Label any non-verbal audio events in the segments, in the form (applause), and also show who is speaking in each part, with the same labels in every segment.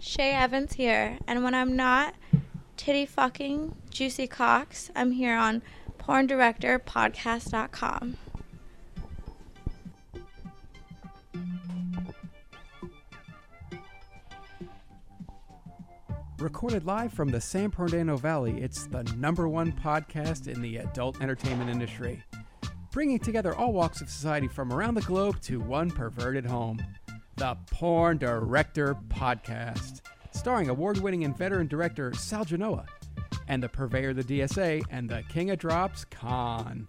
Speaker 1: Shay Evans here, and when I'm not titty fucking Juicy Cox, I'm here on porndirectorpodcast.com.
Speaker 2: Recorded live from the San Fernando Valley, it's the number one podcast in the adult entertainment industry, bringing together all walks of society from around the globe to one perverted home the Porn Director Podcast, starring award winning and veteran director Sal Genoa, and the purveyor of the DSA and the king of drops, Khan.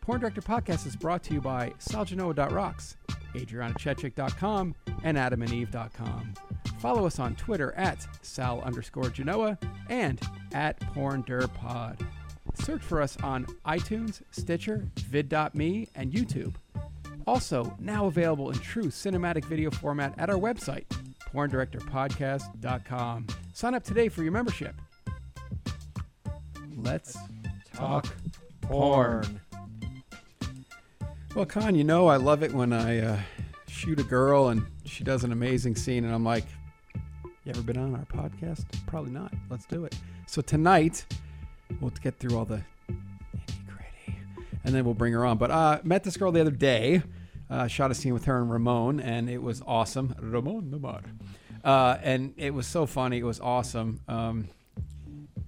Speaker 2: Porn Director Podcast is brought to you by Salgenoa.rocks, AdrianaChechik.com, and AdamandEve.com. Follow us on Twitter at Sal underscore Genoa and at PornDurPod. Search for us on iTunes, Stitcher, vid.me, and YouTube. Also, now available in true cinematic video format at our website, porndirectorpodcast.com. Sign up today for your membership. Let's talk porn. Well, Con, you know I love it when I uh, shoot a girl and she does an amazing scene, and I'm like, "You ever been on our podcast? Probably not. Let's do it." So tonight, we'll get through all the nitty gritty, and then we'll bring her on. But uh, met this girl the other day. Uh, shot a scene with her and Ramon, and it was awesome. Ramon Namar. Uh, and it was so funny. It was awesome. Um,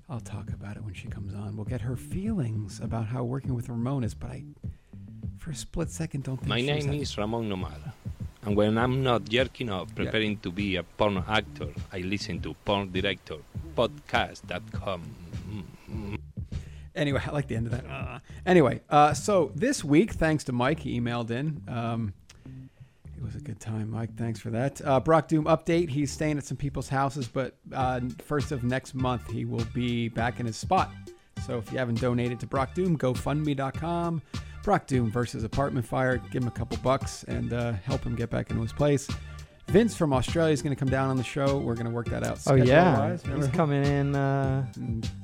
Speaker 2: I'll talk about it when she comes on. We'll get her feelings about how working with Ramon is, but I, for a split second, don't think
Speaker 3: My
Speaker 2: she was
Speaker 3: name
Speaker 2: having-
Speaker 3: is Ramon Nomada, and when I'm not jerking off preparing to be a porn actor, I listen to Porn Director Podcast.com.
Speaker 2: Anyway, I like the end of that. Uh, anyway, uh, so this week, thanks to Mike, he emailed in. Um, it was a good time, Mike. Thanks for that. Uh, Brock Doom update. He's staying at some people's houses, but uh, first of next month, he will be back in his spot. So if you haven't donated to Brock Doom, GoFundMe.com. Brock Doom versus apartment fire. Give him a couple bucks and uh, help him get back into his place. Vince from Australia is going to come down on the show. We're going to work that out.
Speaker 4: Oh yeah,
Speaker 2: schedule-wise.
Speaker 4: he's coming in uh,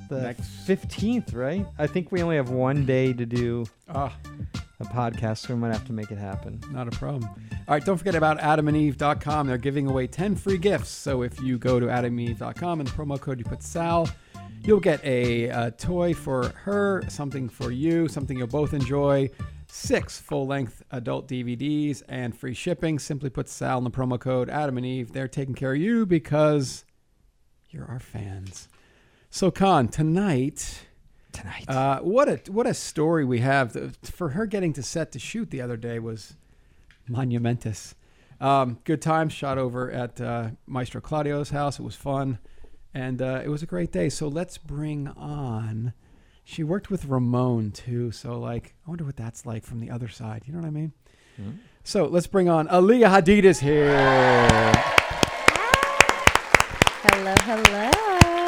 Speaker 4: the
Speaker 2: Next-
Speaker 4: fifteenth, right? I think we only have one day to do
Speaker 2: Ah,
Speaker 4: a podcast, so we might have to make it happen.
Speaker 2: Not a problem. All right, don't forget about adamandeve.com. They're giving away 10 free gifts. So if you go to adamandeve.com and the promo code you put Sal, you'll get a, uh toy for her, something for you, something you'll both enjoy, six full length adult DVDs, and free shipping. Simply put Sal in the promo code Adam and Eve. They're taking care of you because you're our fans. So, Khan, tonight.
Speaker 4: Tonight.
Speaker 2: Uh, what a what a story we have The- for her getting to set to shoot the other day was monumentous. Um, good time shot over at uh, Maestro Claudio's house. It was fun, and uh, it was a great day. So let's bring on. She worked with Ramon too, so like I wonder what that's like from the other side. You know what I mean?
Speaker 4: Hmm?
Speaker 2: So let's bring on Aliyah Hadid is here.
Speaker 5: Hello, hello.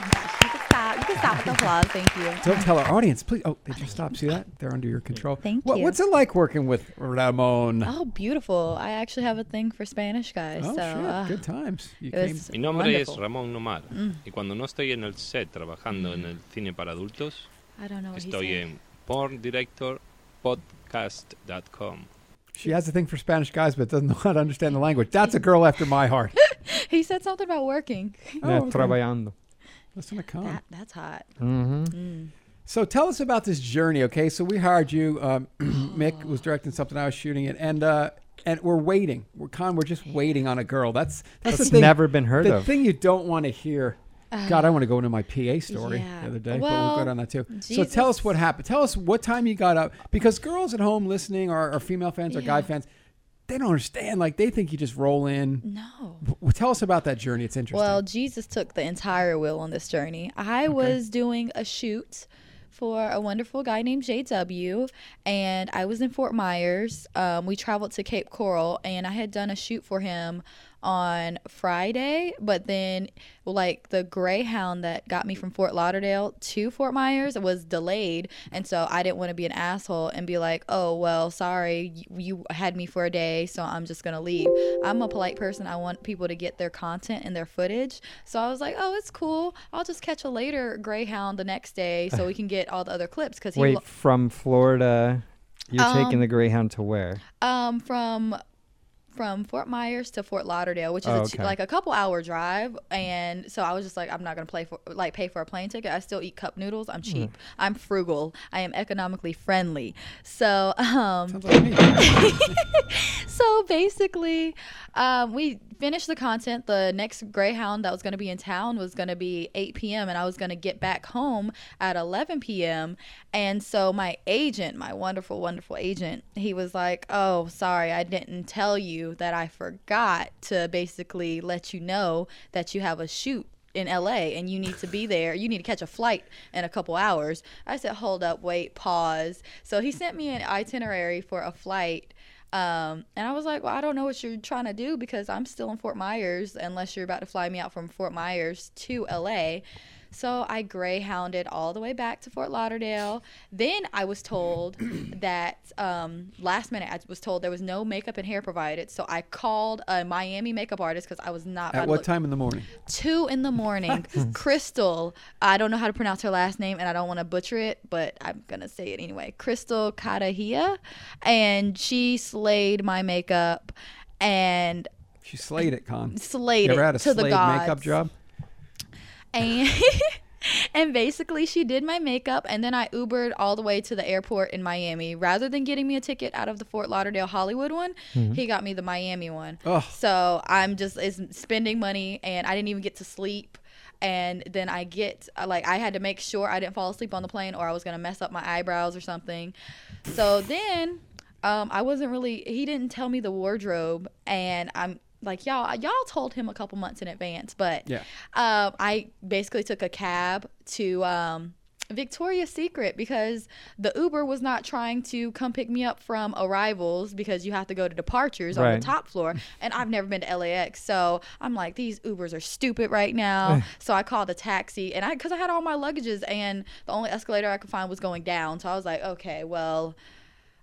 Speaker 5: You can stop. You can stop with the applause. Thank you.
Speaker 2: Don't tell our audience, please. Oh, they just stopped. See that? They're under your control.
Speaker 5: Thank
Speaker 2: What-
Speaker 5: you.
Speaker 2: What's it like working with Ramon?
Speaker 5: Oh, beautiful. I actually have a thing for Spanish guys.
Speaker 2: Oh,
Speaker 5: so
Speaker 2: shit.
Speaker 5: uh,
Speaker 2: Good times. You
Speaker 5: it was
Speaker 3: Mi nombre
Speaker 5: wonderful.
Speaker 3: es Ramón Nomada, y cuando no estoy en el set trabajando en el cine para adultos,
Speaker 5: I don't know what he's
Speaker 3: estoy
Speaker 5: saying.
Speaker 3: en Porn Director Podcast.com.
Speaker 2: She has a thing for Spanish guys, but doesn't (laughs) know how to understand the language. That's a girl after my
Speaker 5: (laughs)
Speaker 2: heart.
Speaker 5: He said something about working.
Speaker 2: Oh, okay.
Speaker 4: trabajando.
Speaker 2: Listen to Con.
Speaker 5: That, that's hot.
Speaker 4: hmm
Speaker 2: So tell us about this journey, okay? So we hired you. Um, (clears throat)
Speaker 5: Oh.
Speaker 2: Mick was directing something. I was shooting it, and uh, and we're waiting. We're Con. We're just waiting on a girl. That's that's,
Speaker 4: That's
Speaker 2: the thing.
Speaker 4: never been heard
Speaker 2: the
Speaker 4: of.
Speaker 2: thing you don't want to hear.
Speaker 5: Uh,
Speaker 2: God, I want to go into my PA story
Speaker 5: yeah.
Speaker 2: the other day, but
Speaker 5: Well,
Speaker 2: we'll go down that too. So tell us
Speaker 5: Jesus.
Speaker 2: what happened. Tell us what time you got up, because girls at home listening, or, or female fans, or guy
Speaker 5: Yeah.
Speaker 2: fans, they don't understand. Like they think you just roll in,
Speaker 5: No.
Speaker 2: Well, tell us about that journey. It's interesting.
Speaker 5: Well, Jesus took the entire wheel on this journey. I was doing a shoot for a wonderful guy named JW, and I was in Fort Myers. Um, we traveled to Cape Coral, and I had done a shoot for him on Friday, but then, like, the Greyhound that got me from Fort Lauderdale to Fort Myers was delayed, and so I didn't want to be an asshole and be like, oh, well, sorry, you, you had me for a day, so I'm just gonna leave. I'm a polite person. I want people to get their content and their footage. So I was like, oh, it's cool. I'll just catch a later Greyhound the next day so we can get all the other clips because he
Speaker 4: Wait,
Speaker 5: lo-
Speaker 4: from Florida, you're taking the Greyhound to where?
Speaker 5: um from from Fort Myers to Fort Lauderdale, which is
Speaker 4: Oh,
Speaker 5: a two,
Speaker 4: okay.
Speaker 5: like a couple hour drive. And so I was just like, I'm not gonna play for like pay for a plane ticket. I still eat cup noodles. I'm
Speaker 4: Mm.
Speaker 5: cheap. I'm frugal. I am economically friendly. So (laughs) um,
Speaker 2: Sounds like me.
Speaker 5: (laughs) so basically, um, we finished the content. The next Greyhound that was going to be in town was going to be 8 p.m., and I was going to get back home at 11 p.m. And so my agent, my wonderful, wonderful agent, he was like, Oh, sorry, I didn't tell you that I forgot to basically let you know that you have a shoot in LA and you need to be there. You need to catch a flight in a couple hours. I said, Hold up, wait, pause. So he sent me an itinerary for a flight. Um, and I was like, well, I don't know what you're trying to do because I'm still in Fort Myers unless you're about to fly me out from Fort Myers to LA. So I greyhounded all the way back to Fort Lauderdale. Then I
Speaker 2: (clears throat)
Speaker 5: was told that um, last minute I was told there was no makeup and hair provided. So I called a Miami makeup artist because I was not. about
Speaker 2: At
Speaker 5: to
Speaker 2: what
Speaker 5: look-
Speaker 2: time in the morning?
Speaker 5: two in
Speaker 2: (laughs)
Speaker 5: the morning. Crystal, I don't know how to pronounce her last name, and I don't want to butcher it, but I'm gonna say it anyway. Crystal Katahia, and she slayed my makeup and
Speaker 2: She slayed it, Con.
Speaker 5: slayed
Speaker 2: You ever
Speaker 5: it
Speaker 2: had a
Speaker 5: to the
Speaker 2: slayed
Speaker 5: gods.
Speaker 2: makeup job? (laughs)
Speaker 5: and (laughs) and basically she did my makeup and then i ubered all the way to the airport in miami rather than getting me a ticket out of the fort lauderdale hollywood one he got me the miami one
Speaker 2: Mm-hmm. Ugh.
Speaker 5: so i'm just is spending money and i didn't even get to sleep and then i get uh, like i had to make sure i didn't fall asleep on the plane or i was gonna mess up my eyebrows or something so then um, I wasn't really. He didn't tell me the wardrobe, and I'm like, y'all, y'all told him a couple months in advance, but
Speaker 2: Yeah.
Speaker 5: um, I basically took a cab to um, Victoria's Secret because the Uber was not trying to come pick me up from arrivals because you have to go to departures on
Speaker 4: Right.
Speaker 5: the top floor, and I've never been to LAX, so I'm like, these Ubers are stupid right now. so I called a taxi, and I because I had all my luggages, and the only escalator I could find was going down, so I was like, okay, well.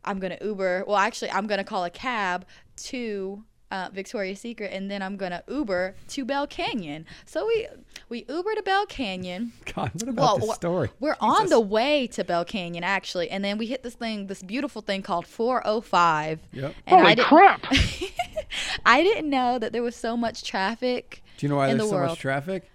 Speaker 5: I'm gonna Uber. Well, actually, I'm gonna call a cab to uh, Victoria's Secret, and then I'm gonna Uber to Bell Canyon. So we we Uber to Bell Canyon.
Speaker 2: Con, what about
Speaker 5: Well,
Speaker 2: this story?
Speaker 5: We're on the way to Bell Canyon actually, and then we hit this thing, this beautiful thing called 405.
Speaker 2: Yep.
Speaker 5: And Holy I crap! (laughs) I didn't know that there was so much traffic
Speaker 2: Do you know why
Speaker 5: in
Speaker 2: there's
Speaker 5: the
Speaker 2: so
Speaker 5: world
Speaker 2: much traffic?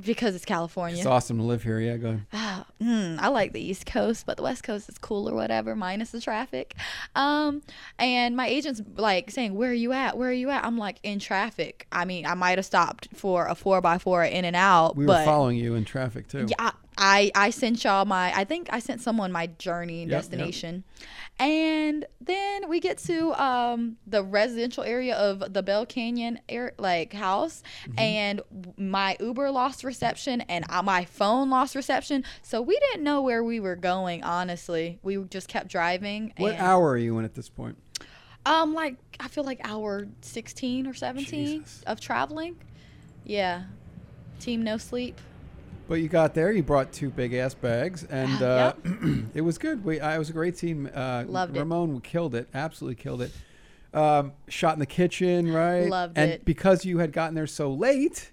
Speaker 5: because it's California.
Speaker 2: It's awesome to live here. Yeah, go ahead.
Speaker 5: Mm, I like the East Coast, but the West Coast is cool or whatever, minus the traffic. Um, and my agent's like saying, "Where are you at? Where are you at?" I'm like, "In traffic." I mean, I might have stopped for a four by four in and out,
Speaker 2: We were
Speaker 5: but
Speaker 2: following you in traffic too.
Speaker 5: yeah, I, I I sent y'all my. I think I sent someone my journey and
Speaker 2: Yep, yep.
Speaker 5: destination, and then we get to um the residential area of the Bell Canyon air, like house,
Speaker 2: Mm-hmm.
Speaker 5: and my Uber lost reception and uh, my phone lost reception, so we didn't know where we were going. Honestly, we just kept driving.
Speaker 2: What
Speaker 5: and,
Speaker 2: hour are you in at this point?
Speaker 5: Um, like I feel like hour sixteen or seventeen
Speaker 2: Jesus.
Speaker 5: of traveling. Yeah, team no sleep.
Speaker 2: But you got there. You brought two big ass bags, and uh, (clears throat) it was good. We, I it was a great team. Uh,
Speaker 5: Loved it.
Speaker 2: Ramon killed it. Absolutely killed it. Um, shot in the kitchen, right?
Speaker 5: Loved
Speaker 2: and
Speaker 5: it.
Speaker 2: because you had gotten there so late,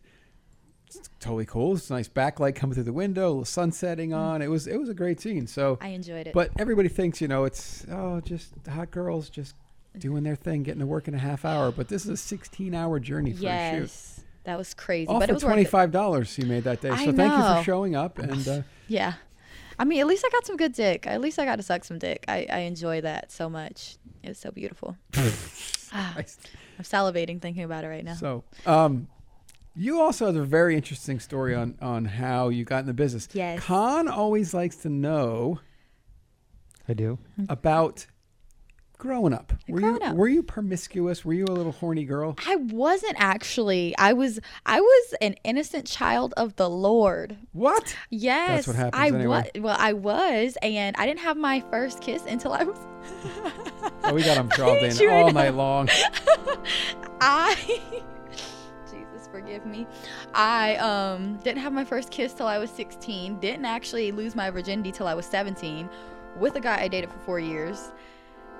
Speaker 2: it's totally cool. It's a nice backlight coming through the window, the sun setting on. It was it was a great scene. So,
Speaker 5: Mm. I enjoyed it.
Speaker 2: but everybody thinks you know it's oh just hot girls just doing their thing, getting to work in a half hour. But this is a sixteen-hour journey for a shoot.
Speaker 5: Yes. That was crazy.
Speaker 2: All
Speaker 5: but
Speaker 2: for
Speaker 5: it was
Speaker 2: twenty
Speaker 5: worth
Speaker 2: five dollars he made that day.
Speaker 5: I
Speaker 2: So thank you for
Speaker 5: know.
Speaker 2: showing up and
Speaker 5: (laughs)
Speaker 2: uh,
Speaker 5: it. Yeah. I mean, at least I got some good dick. At least I got to suck some dick. I, I enjoy that so much. It was so beautiful. Ah, I'm salivating thinking about it right now.
Speaker 2: so um, you also have a very interesting story on on how you got in the business.
Speaker 5: Yes.
Speaker 2: Khan always likes to know
Speaker 4: I do.
Speaker 5: Mm-hmm.
Speaker 2: about growing up. Were
Speaker 5: Growing
Speaker 2: you
Speaker 5: up.
Speaker 2: were you promiscuous? Were you a little horny girl?
Speaker 5: I wasn't actually. I was I was an innocent child of the Lord.
Speaker 2: What?
Speaker 5: Yes.
Speaker 2: what happens
Speaker 5: I
Speaker 2: anyway.
Speaker 5: was well, I was and I didn't have my first kiss until I was
Speaker 2: Oh, we got
Speaker 5: (laughs)
Speaker 2: him drawn in
Speaker 5: you right
Speaker 2: all
Speaker 5: now.
Speaker 2: night
Speaker 5: (laughs)
Speaker 2: long.
Speaker 5: I (laughs) Jesus forgive me. I um didn't have my first kiss till I was 16. Didn't actually lose my virginity till I was 17 with a guy I dated for 4 years.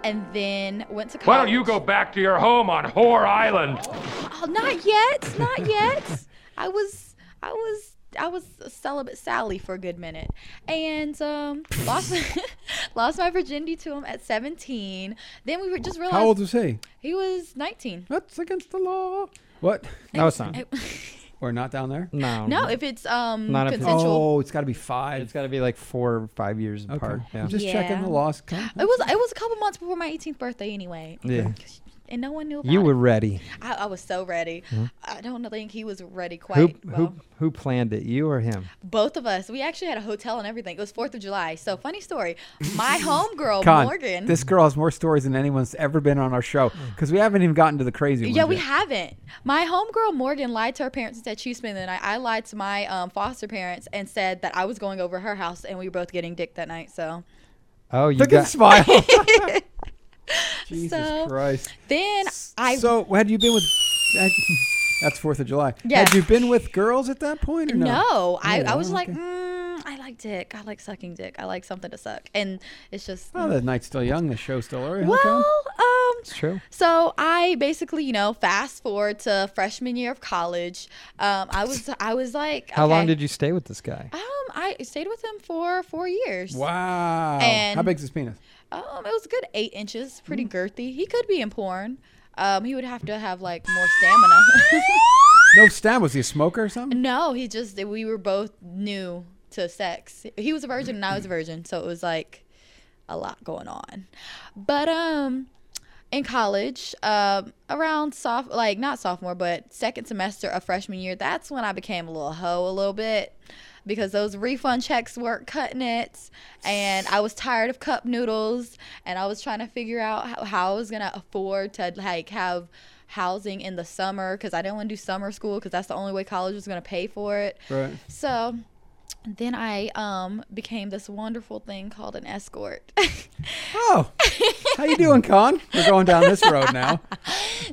Speaker 5: And then went to college.
Speaker 6: Why don't you go back to your home on Whore Island?
Speaker 5: Oh, not yet. Not yet. I was I was I was a celibate Sally for a good minute, and um, lost (laughs) lost my virginity to him at 17. Then we were just realized
Speaker 2: How old was he?
Speaker 5: he was 19.
Speaker 2: That's against the law. What?
Speaker 4: No, it's not.
Speaker 2: Or not down there?
Speaker 4: No.
Speaker 5: (laughs) no, if it's um
Speaker 4: Not if it's-
Speaker 5: consensual.
Speaker 2: Oh, it's got to be five.
Speaker 4: It's got to be like four or five years
Speaker 2: okay.
Speaker 4: apart. Yeah.
Speaker 2: I'm just checking
Speaker 5: Yeah. Oh,
Speaker 2: the laws.
Speaker 5: It was it was a couple months before my 18th birthday anyway.
Speaker 4: Yeah.
Speaker 5: And no one knew about
Speaker 4: You
Speaker 5: it.
Speaker 4: were ready.
Speaker 5: I, I was so ready. I don't think he was ready quite.
Speaker 4: Who,
Speaker 5: well,
Speaker 4: who who planned it? You or him?
Speaker 5: both of us. We actually had a hotel and everything. It was Fourth of July. So funny story. My
Speaker 4: (laughs)
Speaker 5: homegirl
Speaker 2: Con,
Speaker 5: Morgan.
Speaker 2: this girl has more stories than anyone's ever been on our show
Speaker 4: Hmm.
Speaker 2: because we haven't even gotten to the crazy ones
Speaker 5: yeah, we
Speaker 2: yet.
Speaker 5: haven't. My homegirl Morgan lied to her parents and said she spent the night. I lied to my um, foster parents and said that I was going over her house and we were both getting dick that night. So
Speaker 4: Oh, you
Speaker 2: Look at
Speaker 4: got.
Speaker 2: smile.
Speaker 5: (laughs)
Speaker 2: (laughs) Jesus
Speaker 5: So-
Speaker 2: Christ.
Speaker 5: then I
Speaker 2: so had you been with? that- that's Fourth of July.
Speaker 5: Yeah.
Speaker 2: Had you been with girls at that point or
Speaker 5: no,
Speaker 2: no?
Speaker 5: I,
Speaker 2: Yeah,
Speaker 5: I was
Speaker 4: Oh,
Speaker 5: like,
Speaker 2: okay.
Speaker 5: mm, I like dick. I like sucking dick. I like something to suck, and it's just
Speaker 2: Oh, the night's still young. The show's still early. huh, Con?
Speaker 5: well, um,
Speaker 4: It's true.
Speaker 5: So I basically, you know, fast forward to freshman year of college. Um, I was, I was like,
Speaker 4: How long did you stay with this guy?
Speaker 5: Um, I stayed with him for four years.
Speaker 2: Wow. How
Speaker 5: And-
Speaker 2: big's his penis?
Speaker 5: Um, it was a good eight inches, pretty
Speaker 4: Mm.
Speaker 5: girthy. He could be in porn. Um, he would have to have like more stamina. (laughs)
Speaker 2: No stab. Was he a smoker or something?
Speaker 5: no, he just we were both new to sex. He was a virgin and I was a virgin, so it was like a lot going on. But um in college, um, around soph like not sophomore, but second semester of freshman year, that's when I became a little hoe a little bit because those refund checks weren't cutting it, and I was tired of cup noodles, and I was trying to figure out how, how I was gonna afford to like have housing in the summer because I didn't want to do summer school because that's the only way college was gonna pay for it.
Speaker 2: Right.
Speaker 5: So then I um became this wonderful thing called an escort. (laughs)
Speaker 2: Oh. How you doing, Con? We're going down this road
Speaker 5: (laughs)
Speaker 2: now.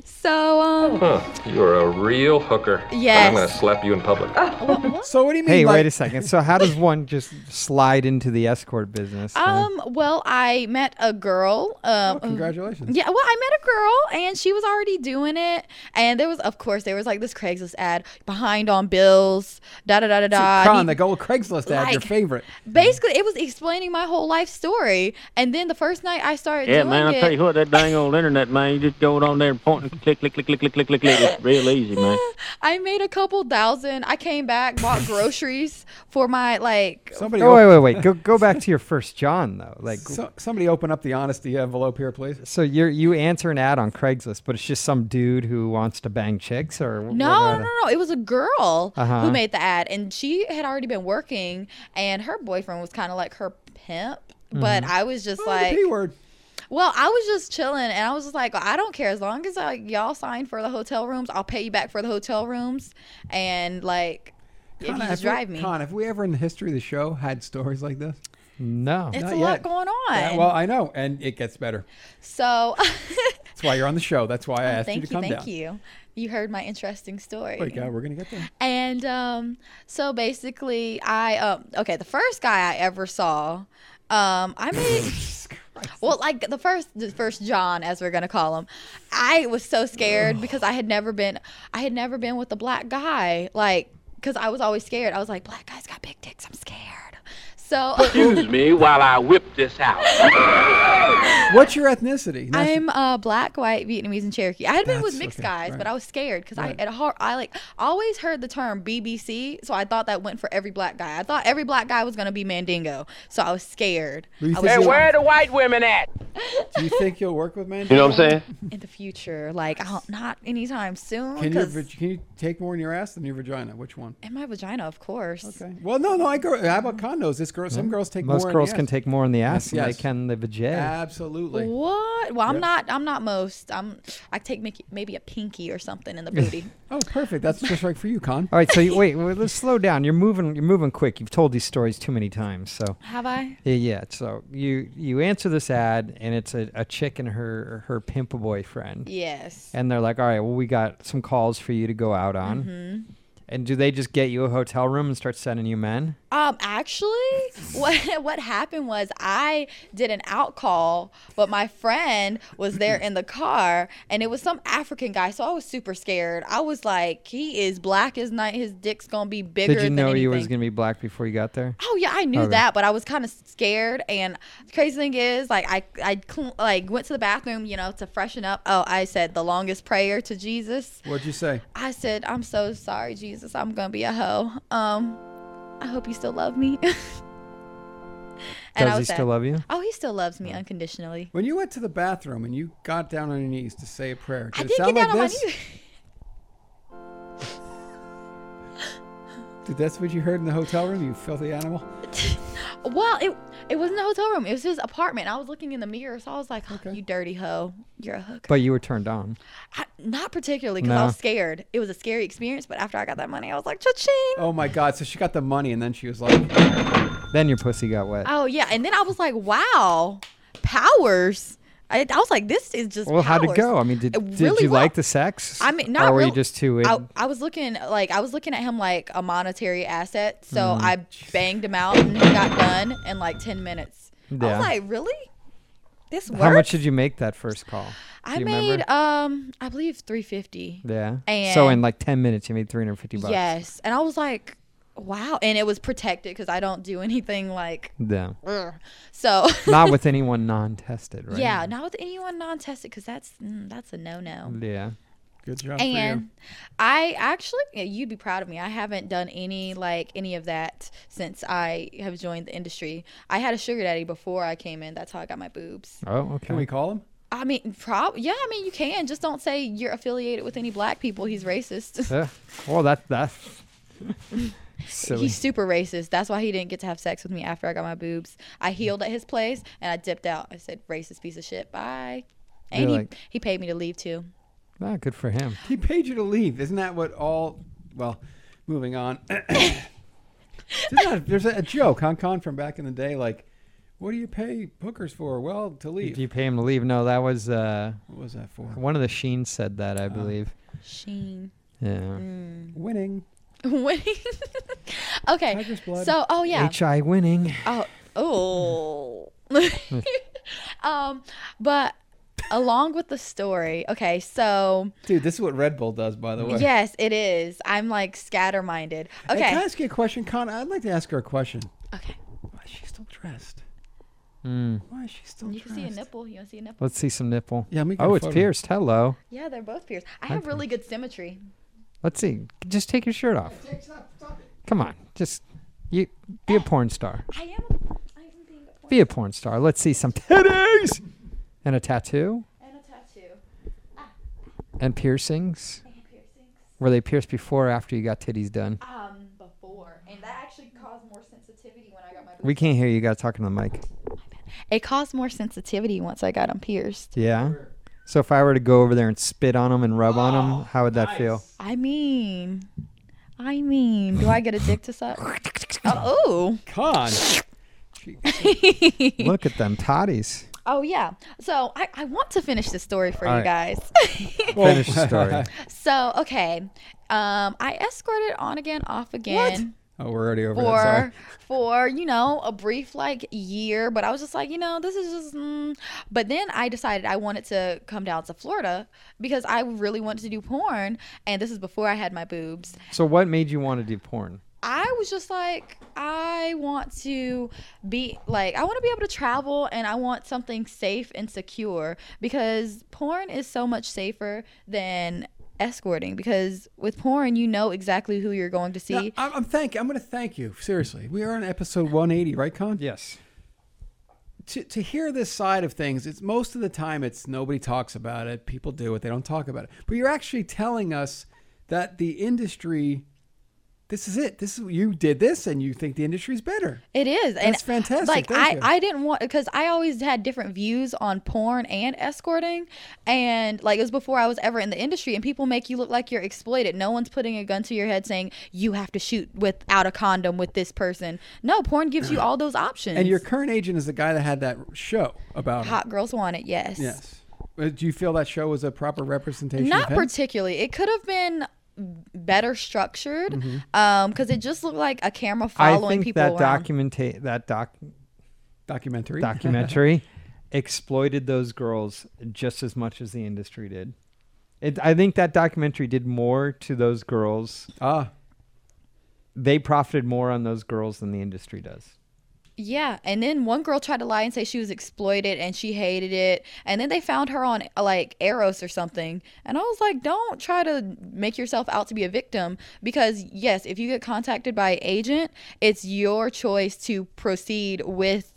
Speaker 5: so um
Speaker 6: Huh, you're a real hooker. And
Speaker 5: Yes.
Speaker 6: I'm gonna slap you in public.
Speaker 5: wha- what?
Speaker 2: So what do you mean?
Speaker 4: Hey,
Speaker 2: like-
Speaker 4: wait a second. So how does one just slide into the escort business? huh?
Speaker 5: Um well I met a girl um
Speaker 2: Oh,
Speaker 5: who-
Speaker 2: congratulations.
Speaker 5: Yeah, well, I met a girl and she was already doing it. And there was, of course, there was like this Craigslist ad behind on bills, da da da da da.
Speaker 2: Con,
Speaker 5: Uh, He-
Speaker 2: the gold Craigslist ad, your
Speaker 5: like-
Speaker 2: favorite.
Speaker 5: Basically, it was explaining my whole life story. And then the first night I started
Speaker 7: Yeah,
Speaker 5: doing
Speaker 7: man,
Speaker 5: it,
Speaker 7: I tell you what, that dang old internet, man, you just go on there and point and click, click, click, click, click, click, click, click. It's real easy, man.
Speaker 5: I made a couple thousand. I came back, bought groceries for my like.
Speaker 2: Somebody,
Speaker 4: Oh,
Speaker 2: op-
Speaker 4: wait, wait, wait. Go go back to your first John though. Like,
Speaker 2: so- somebody open up the honesty envelope here, please.
Speaker 4: so you you answer an ad on Craigslist, but it's just some dude who wants to bang chicks or wh- what
Speaker 5: No,
Speaker 4: are
Speaker 5: no,
Speaker 4: they?
Speaker 5: no, no. It was a girl
Speaker 4: Uh-huh.
Speaker 5: who made the ad, and she had already been working, and her boyfriend was kind of like her pimp. But I was just
Speaker 2: Oh, the
Speaker 5: like,
Speaker 2: P word.
Speaker 5: Well, I was just chilling, and I was just like, I don't care as long as like y'all sign for the hotel rooms, I'll pay you back for the hotel rooms, and like if
Speaker 2: Con,
Speaker 5: you
Speaker 2: have
Speaker 5: just
Speaker 2: we-
Speaker 5: drive me,
Speaker 2: Con, have we ever in the history of the show had stories like this?
Speaker 4: No.
Speaker 5: it's
Speaker 2: not
Speaker 5: a
Speaker 2: yet.
Speaker 5: lot going on.
Speaker 2: Yeah, well, I know, and it gets better.
Speaker 5: so (laughs)
Speaker 2: That's why you're on the show. That's why I asked
Speaker 5: Oh, thank
Speaker 2: you
Speaker 5: you,
Speaker 2: to come
Speaker 5: thank
Speaker 2: down.
Speaker 5: you. You heard my interesting story.
Speaker 2: Wait, God, we're gonna get
Speaker 5: (laughs)
Speaker 2: there.
Speaker 5: And um, so basically, I um, okay, the first guy I ever saw, um, I made. Well, like the first, the first John, as we're gonna call him, I was so scared because I had never been, I had never been with a black guy, like, because I was always scared. I was like, black guys got big dicks, I'm scared. So
Speaker 8: Excuse me while I whip this out.
Speaker 2: What's your ethnicity? Nation-
Speaker 5: I'm uh, black, white, Vietnamese, and Cherokee. I had been with
Speaker 2: That's
Speaker 5: mixed
Speaker 2: okay,
Speaker 5: guys,
Speaker 2: right.
Speaker 5: but I was scared because
Speaker 2: Right.
Speaker 5: I at heart I like always heard the term BBC, so I thought that went for every black guy. I thought every black guy was gonna be Mandingo, so I was scared.
Speaker 2: Do you,
Speaker 5: I
Speaker 2: think
Speaker 5: was
Speaker 8: Hey,
Speaker 2: you'll-
Speaker 8: where are the white women at?
Speaker 2: do you think you'll work with man?
Speaker 7: You know what I'm saying?
Speaker 5: in the future, like I don't, not anytime soon.
Speaker 2: Can your
Speaker 5: 'cause-
Speaker 2: vag- can you take more in your ass than your vagina? Which one?
Speaker 5: in my vagina, of course.
Speaker 2: Okay. Well, no, no. I go. How about condos? This girl. Some girls take
Speaker 4: Most
Speaker 2: more. in
Speaker 4: girls
Speaker 2: the
Speaker 4: can
Speaker 2: ass.
Speaker 4: take more in the ass than
Speaker 2: Yes. Uh,
Speaker 4: they can the vajay.
Speaker 2: Absolutely.
Speaker 5: What? Well, I'm
Speaker 2: Yep.
Speaker 5: not. I'm not most. I'm. I take Mickey, maybe a pinky or something in
Speaker 2: (laughs)
Speaker 5: the booty.
Speaker 2: Oh, perfect. That's just right for you, Con.
Speaker 4: All right, so you, wait, wait, let's slow down. You're moving. You're moving quick. You've told these stories too many times. So
Speaker 5: Have I?
Speaker 4: yeah, yeah. So you you answer this ad, and it's a, a chick and her her pimp boyfriend,
Speaker 5: Yes. Mm-hmm.
Speaker 4: and they're like, "All right, well, we got some calls for you to go out on." And do they just get you a hotel room and start sending you men?
Speaker 5: Um, actually, what (laughs) what happened was I did an out call, but my friend was there in the car, and it was some African guy. So I was super scared. I was like, he is black as night. His dick's gonna be bigger.
Speaker 4: Did you
Speaker 5: than
Speaker 4: know you was
Speaker 5: anything."
Speaker 4: gonna be black before you got there?
Speaker 5: Oh yeah, I knew
Speaker 4: Okay.
Speaker 5: that, but I was kind of scared. And the crazy thing is, like I I cl- like went to the bathroom, you know, to freshen up. Oh, I said the longest prayer to Jesus.
Speaker 2: What'd you say?
Speaker 5: I said, I'm so sorry, Jesus. I'm gonna be a hoe. Um, I hope you still love me. (laughs) and
Speaker 4: Does he
Speaker 5: sad.
Speaker 4: still love you?
Speaker 5: Oh, he still loves me unconditionally.
Speaker 2: When you went to the bathroom and you got down on your knees to say a prayer, did
Speaker 5: I
Speaker 2: it
Speaker 5: did
Speaker 2: sound
Speaker 5: get
Speaker 2: like
Speaker 5: down on my
Speaker 2: this?
Speaker 5: knees. (laughs)
Speaker 2: Did that's what you heard in the hotel room, you filthy animal?
Speaker 5: Well, it it wasn't a hotel room. It was his apartment. I was looking in the mirror, so I was like, "You dirty hoe. You're a hooker."
Speaker 4: But you were turned on.
Speaker 5: I, not particularly because I
Speaker 4: No.
Speaker 5: was scared. It was a scary experience, but after I got that money, I was like, cha-ching. Oh.
Speaker 2: Oh my god, so she got the money and then she was like,
Speaker 4: Then your pussy got wet.
Speaker 5: Oh, yeah, and then I was like, wow, powers. I, I was like, this is just.
Speaker 4: well, how'd it
Speaker 5: powers.
Speaker 4: go? I mean, did,
Speaker 5: It
Speaker 4: did
Speaker 5: Uh, really
Speaker 4: you
Speaker 5: well.
Speaker 4: like the sex?
Speaker 5: I mean, not
Speaker 4: Or were
Speaker 5: really.
Speaker 4: you just too?
Speaker 5: I,
Speaker 4: in-
Speaker 5: I was looking like I was looking at him like a monetary asset, so
Speaker 4: Mm.
Speaker 5: I banged him out and he got done in like ten minutes. I
Speaker 4: Yeah.
Speaker 5: was like, really? This works.
Speaker 4: how much did you make that first call? Do
Speaker 5: I
Speaker 4: you
Speaker 5: made
Speaker 4: remember?
Speaker 5: um, I believe three fifty.
Speaker 4: yeah. so in
Speaker 5: and-
Speaker 4: like ten minutes, you made three hundred fifty bucks.
Speaker 5: Yes, and I was like, wow, and it was protected because I don't do anything like.
Speaker 4: Yeah.
Speaker 5: Ugh. So (laughs)
Speaker 4: Not with anyone non-tested, right?
Speaker 5: yeah, not with anyone non-tested because that's mm, that's a no-no.
Speaker 4: Yeah.
Speaker 2: "Good job for
Speaker 5: And I actually, yeah, you'd be proud of me. I haven't done any like any of that since I have joined the industry. I had a sugar daddy before I came in. That's how I got my boobs.
Speaker 4: Oh, okay.
Speaker 2: you." Can we call him?
Speaker 5: I mean, prob yeah. I mean, you can just don't say you're affiliated with any black people. He's (laughs) racist.
Speaker 4: Yeah. Well, that
Speaker 5: (laughs)
Speaker 4: that. Silly.
Speaker 5: He's super racist. That's why he didn't get to have sex with me after I got my boobs. I healed at his place and I dipped out. I said, "Racist piece of shit, bye." And
Speaker 4: You're
Speaker 5: he,
Speaker 4: like-
Speaker 5: he paid me to leave too.
Speaker 4: Ah, good for him.
Speaker 2: He paid you to leave. Isn't that what all? Well, moving on. (coughs) Isn't that- there's a, a joke, Hong Kong from back in the day, like, what do you pay hookers for? Well, to leave.
Speaker 4: Did you pay him to leave? No, that was uh,
Speaker 2: what was that for?
Speaker 4: one of the Sheens said that, I believe.
Speaker 5: Sheen. (laughs)
Speaker 4: Yeah.
Speaker 2: Winning.
Speaker 5: When he- (laughs) okay.
Speaker 2: Tiger's blood.
Speaker 5: So, oh yeah.
Speaker 4: Hi winning.
Speaker 5: Oh, oh. (laughs) um, but along with the story, okay, so
Speaker 2: Dude, this is what Red Bull does, by the way.
Speaker 5: yes, it is. I'm like scatter-minded.
Speaker 2: Hey,
Speaker 5: Okay,
Speaker 2: can I ask you a question, Con? I'd like to ask her a question.
Speaker 5: okay.
Speaker 2: Why is she still dressed?
Speaker 4: Mm.
Speaker 2: Why is she still
Speaker 5: You can
Speaker 2: dressed?
Speaker 5: see a nipple. You don't see a nipple?
Speaker 4: Let's see some nipple.
Speaker 2: Yeah, let me get
Speaker 4: Oh,
Speaker 2: a
Speaker 4: it's
Speaker 2: photo.
Speaker 4: pierced. Hello.
Speaker 5: Yeah, they're both pierced. I have really good symmetry.
Speaker 4: Let's see. Just take your shirt off. Come on. Just you be a porn star.
Speaker 5: I am. I am being a porn
Speaker 4: Be a porn star. Let's see some titties and a tattoo
Speaker 5: and a tattoo.
Speaker 4: and piercings.
Speaker 5: and piercings.
Speaker 4: Were they pierced before or after you got titties done?
Speaker 5: Um, before, and that actually caused more sensitivity when I got my.
Speaker 4: We can't hear you. You got to talk into the mic.
Speaker 5: It caused more sensitivity once I got them pierced.
Speaker 4: Yeah. So if I were to go over there and spit on them and rub on 'em, on them, how would that feel?
Speaker 5: I mean, I mean, do I get a dick to suck? oh. ooh.
Speaker 2: Con. (laughs)
Speaker 5: (laughs)
Speaker 4: Look at them toddies. (laughs)
Speaker 5: Oh yeah. So I, I want to finish this story for
Speaker 4: All
Speaker 5: you
Speaker 4: right.
Speaker 5: guys. (laughs)
Speaker 4: Finish the story.
Speaker 5: so okay, um, I escorted on again, off again
Speaker 2: (laughs) Oh, we're already over that. Sorry.
Speaker 5: for for you know a brief like year, but I was just like you know this is just. Mm. But then I decided I wanted to come down to Florida because I really wanted to do porn, and this is before I had my boobs.
Speaker 4: (laughs) So what made you want to do porn?
Speaker 5: I was just like, I want to be like, I want to be able to travel and I want something safe and secure because porn is so much safer than escorting because with porn, you know exactly who you're going to see.
Speaker 2: Now, I'm, I'm thank. I'm going to thank you seriously. We are on episode 180, right, Con?
Speaker 4: Yes.
Speaker 2: to, to hear this side of things, it's most of the time it's nobody talks about it. People do it, they don't talk about it. But you're actually telling us that the industry, this is it. This is you did this, and you think the industry's better.
Speaker 5: It is. and
Speaker 2: That's fantastic.
Speaker 5: Like
Speaker 2: Thank
Speaker 5: I,
Speaker 2: you.
Speaker 5: I didn't want because I always had different views on porn and escorting, and like it was before I was ever in the industry. And people make you look like you're exploited. No one's putting a gun to your head saying you have to shoot without a condom with this person. No, porn gives you all those options.
Speaker 2: And your current agent is the guy that had that show about it.
Speaker 5: hot girls want it. Yes.
Speaker 2: Yes. Uh, Do you feel that show was a proper representation?
Speaker 5: Not
Speaker 2: of him?
Speaker 5: particularly. It could have been better structured because
Speaker 2: Mm-hmm.
Speaker 5: it just looked like a camera following
Speaker 4: I think
Speaker 5: people
Speaker 4: that
Speaker 5: around.
Speaker 4: documenta- that doc
Speaker 2: Documentary.
Speaker 5: (laughs)
Speaker 4: documentary exploited those girls just as much as the industry did. It, I think that documentary did more to those girls.
Speaker 2: (laughs) ah,
Speaker 4: They profited more on those girls than the industry does.
Speaker 5: Yeah, and then one girl tried to lie and say she was exploited and she hated it. And then they found her on like Eros or something. And I was like, don't try to make yourself out to be a victim because yes, if you get contacted by an agent, it's your choice to proceed with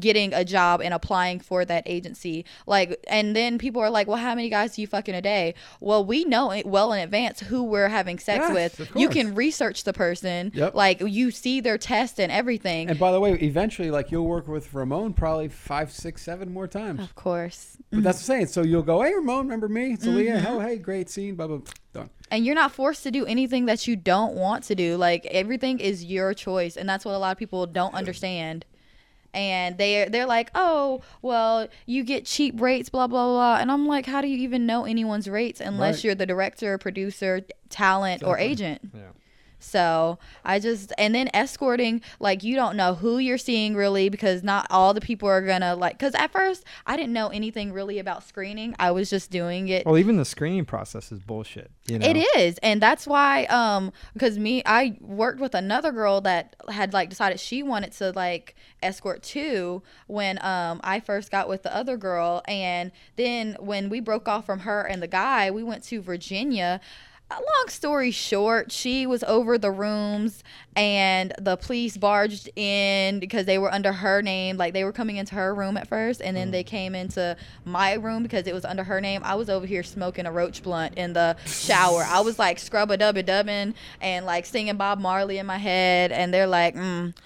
Speaker 5: getting a job and applying for that agency. Like, and then people are like, well, how many guys do you fuck in a day? Well, we know it well in advance who we're having sex
Speaker 2: Yes,
Speaker 5: with.
Speaker 2: of
Speaker 5: You
Speaker 2: course.
Speaker 5: can research the person.
Speaker 2: Yep.
Speaker 5: Like, you see their test and everything.
Speaker 2: and by the way, eventually, like you'll work with Ramon probably five, six, seven more times.
Speaker 5: Of course.
Speaker 2: But that's the saying. So you'll go, hey, Ramon, remember me? It's
Speaker 5: Mm-hmm.
Speaker 2: Aaliyah. Oh, hey, great scene. Blah blah. Done.
Speaker 5: And you're not forced to do anything that you don't want to do. Like everything is your choice, and that's what a lot of people don't understand. And they they're like, "Oh, well, you get cheap rates, blah blah blah." And I'm like, "How do you even know anyone's rates unless
Speaker 2: Right.
Speaker 5: you're the director, producer, talent, or agent?" So I just and then escorting like you don't know who you're seeing really because not all the people are gonna like because at first I didn't know anything really about screening I was just doing it
Speaker 4: Well, even the screening process is bullshit. You know?
Speaker 5: it is, and that's why um because me I worked with another girl that had like decided she wanted to like escort too when um I first got with the other girl, and then when we broke off from her and the guy, we went to Virginia. Uh, Long story short, she was over the rooms and the police barged in because they were under her name. Like they were coming into her room at first and then they came into my room because it was under her name. I was over here smoking a roach blunt in the shower. I was like scrub a dubba dubbing and like singing Bob Marley in my head. And they're like, mm,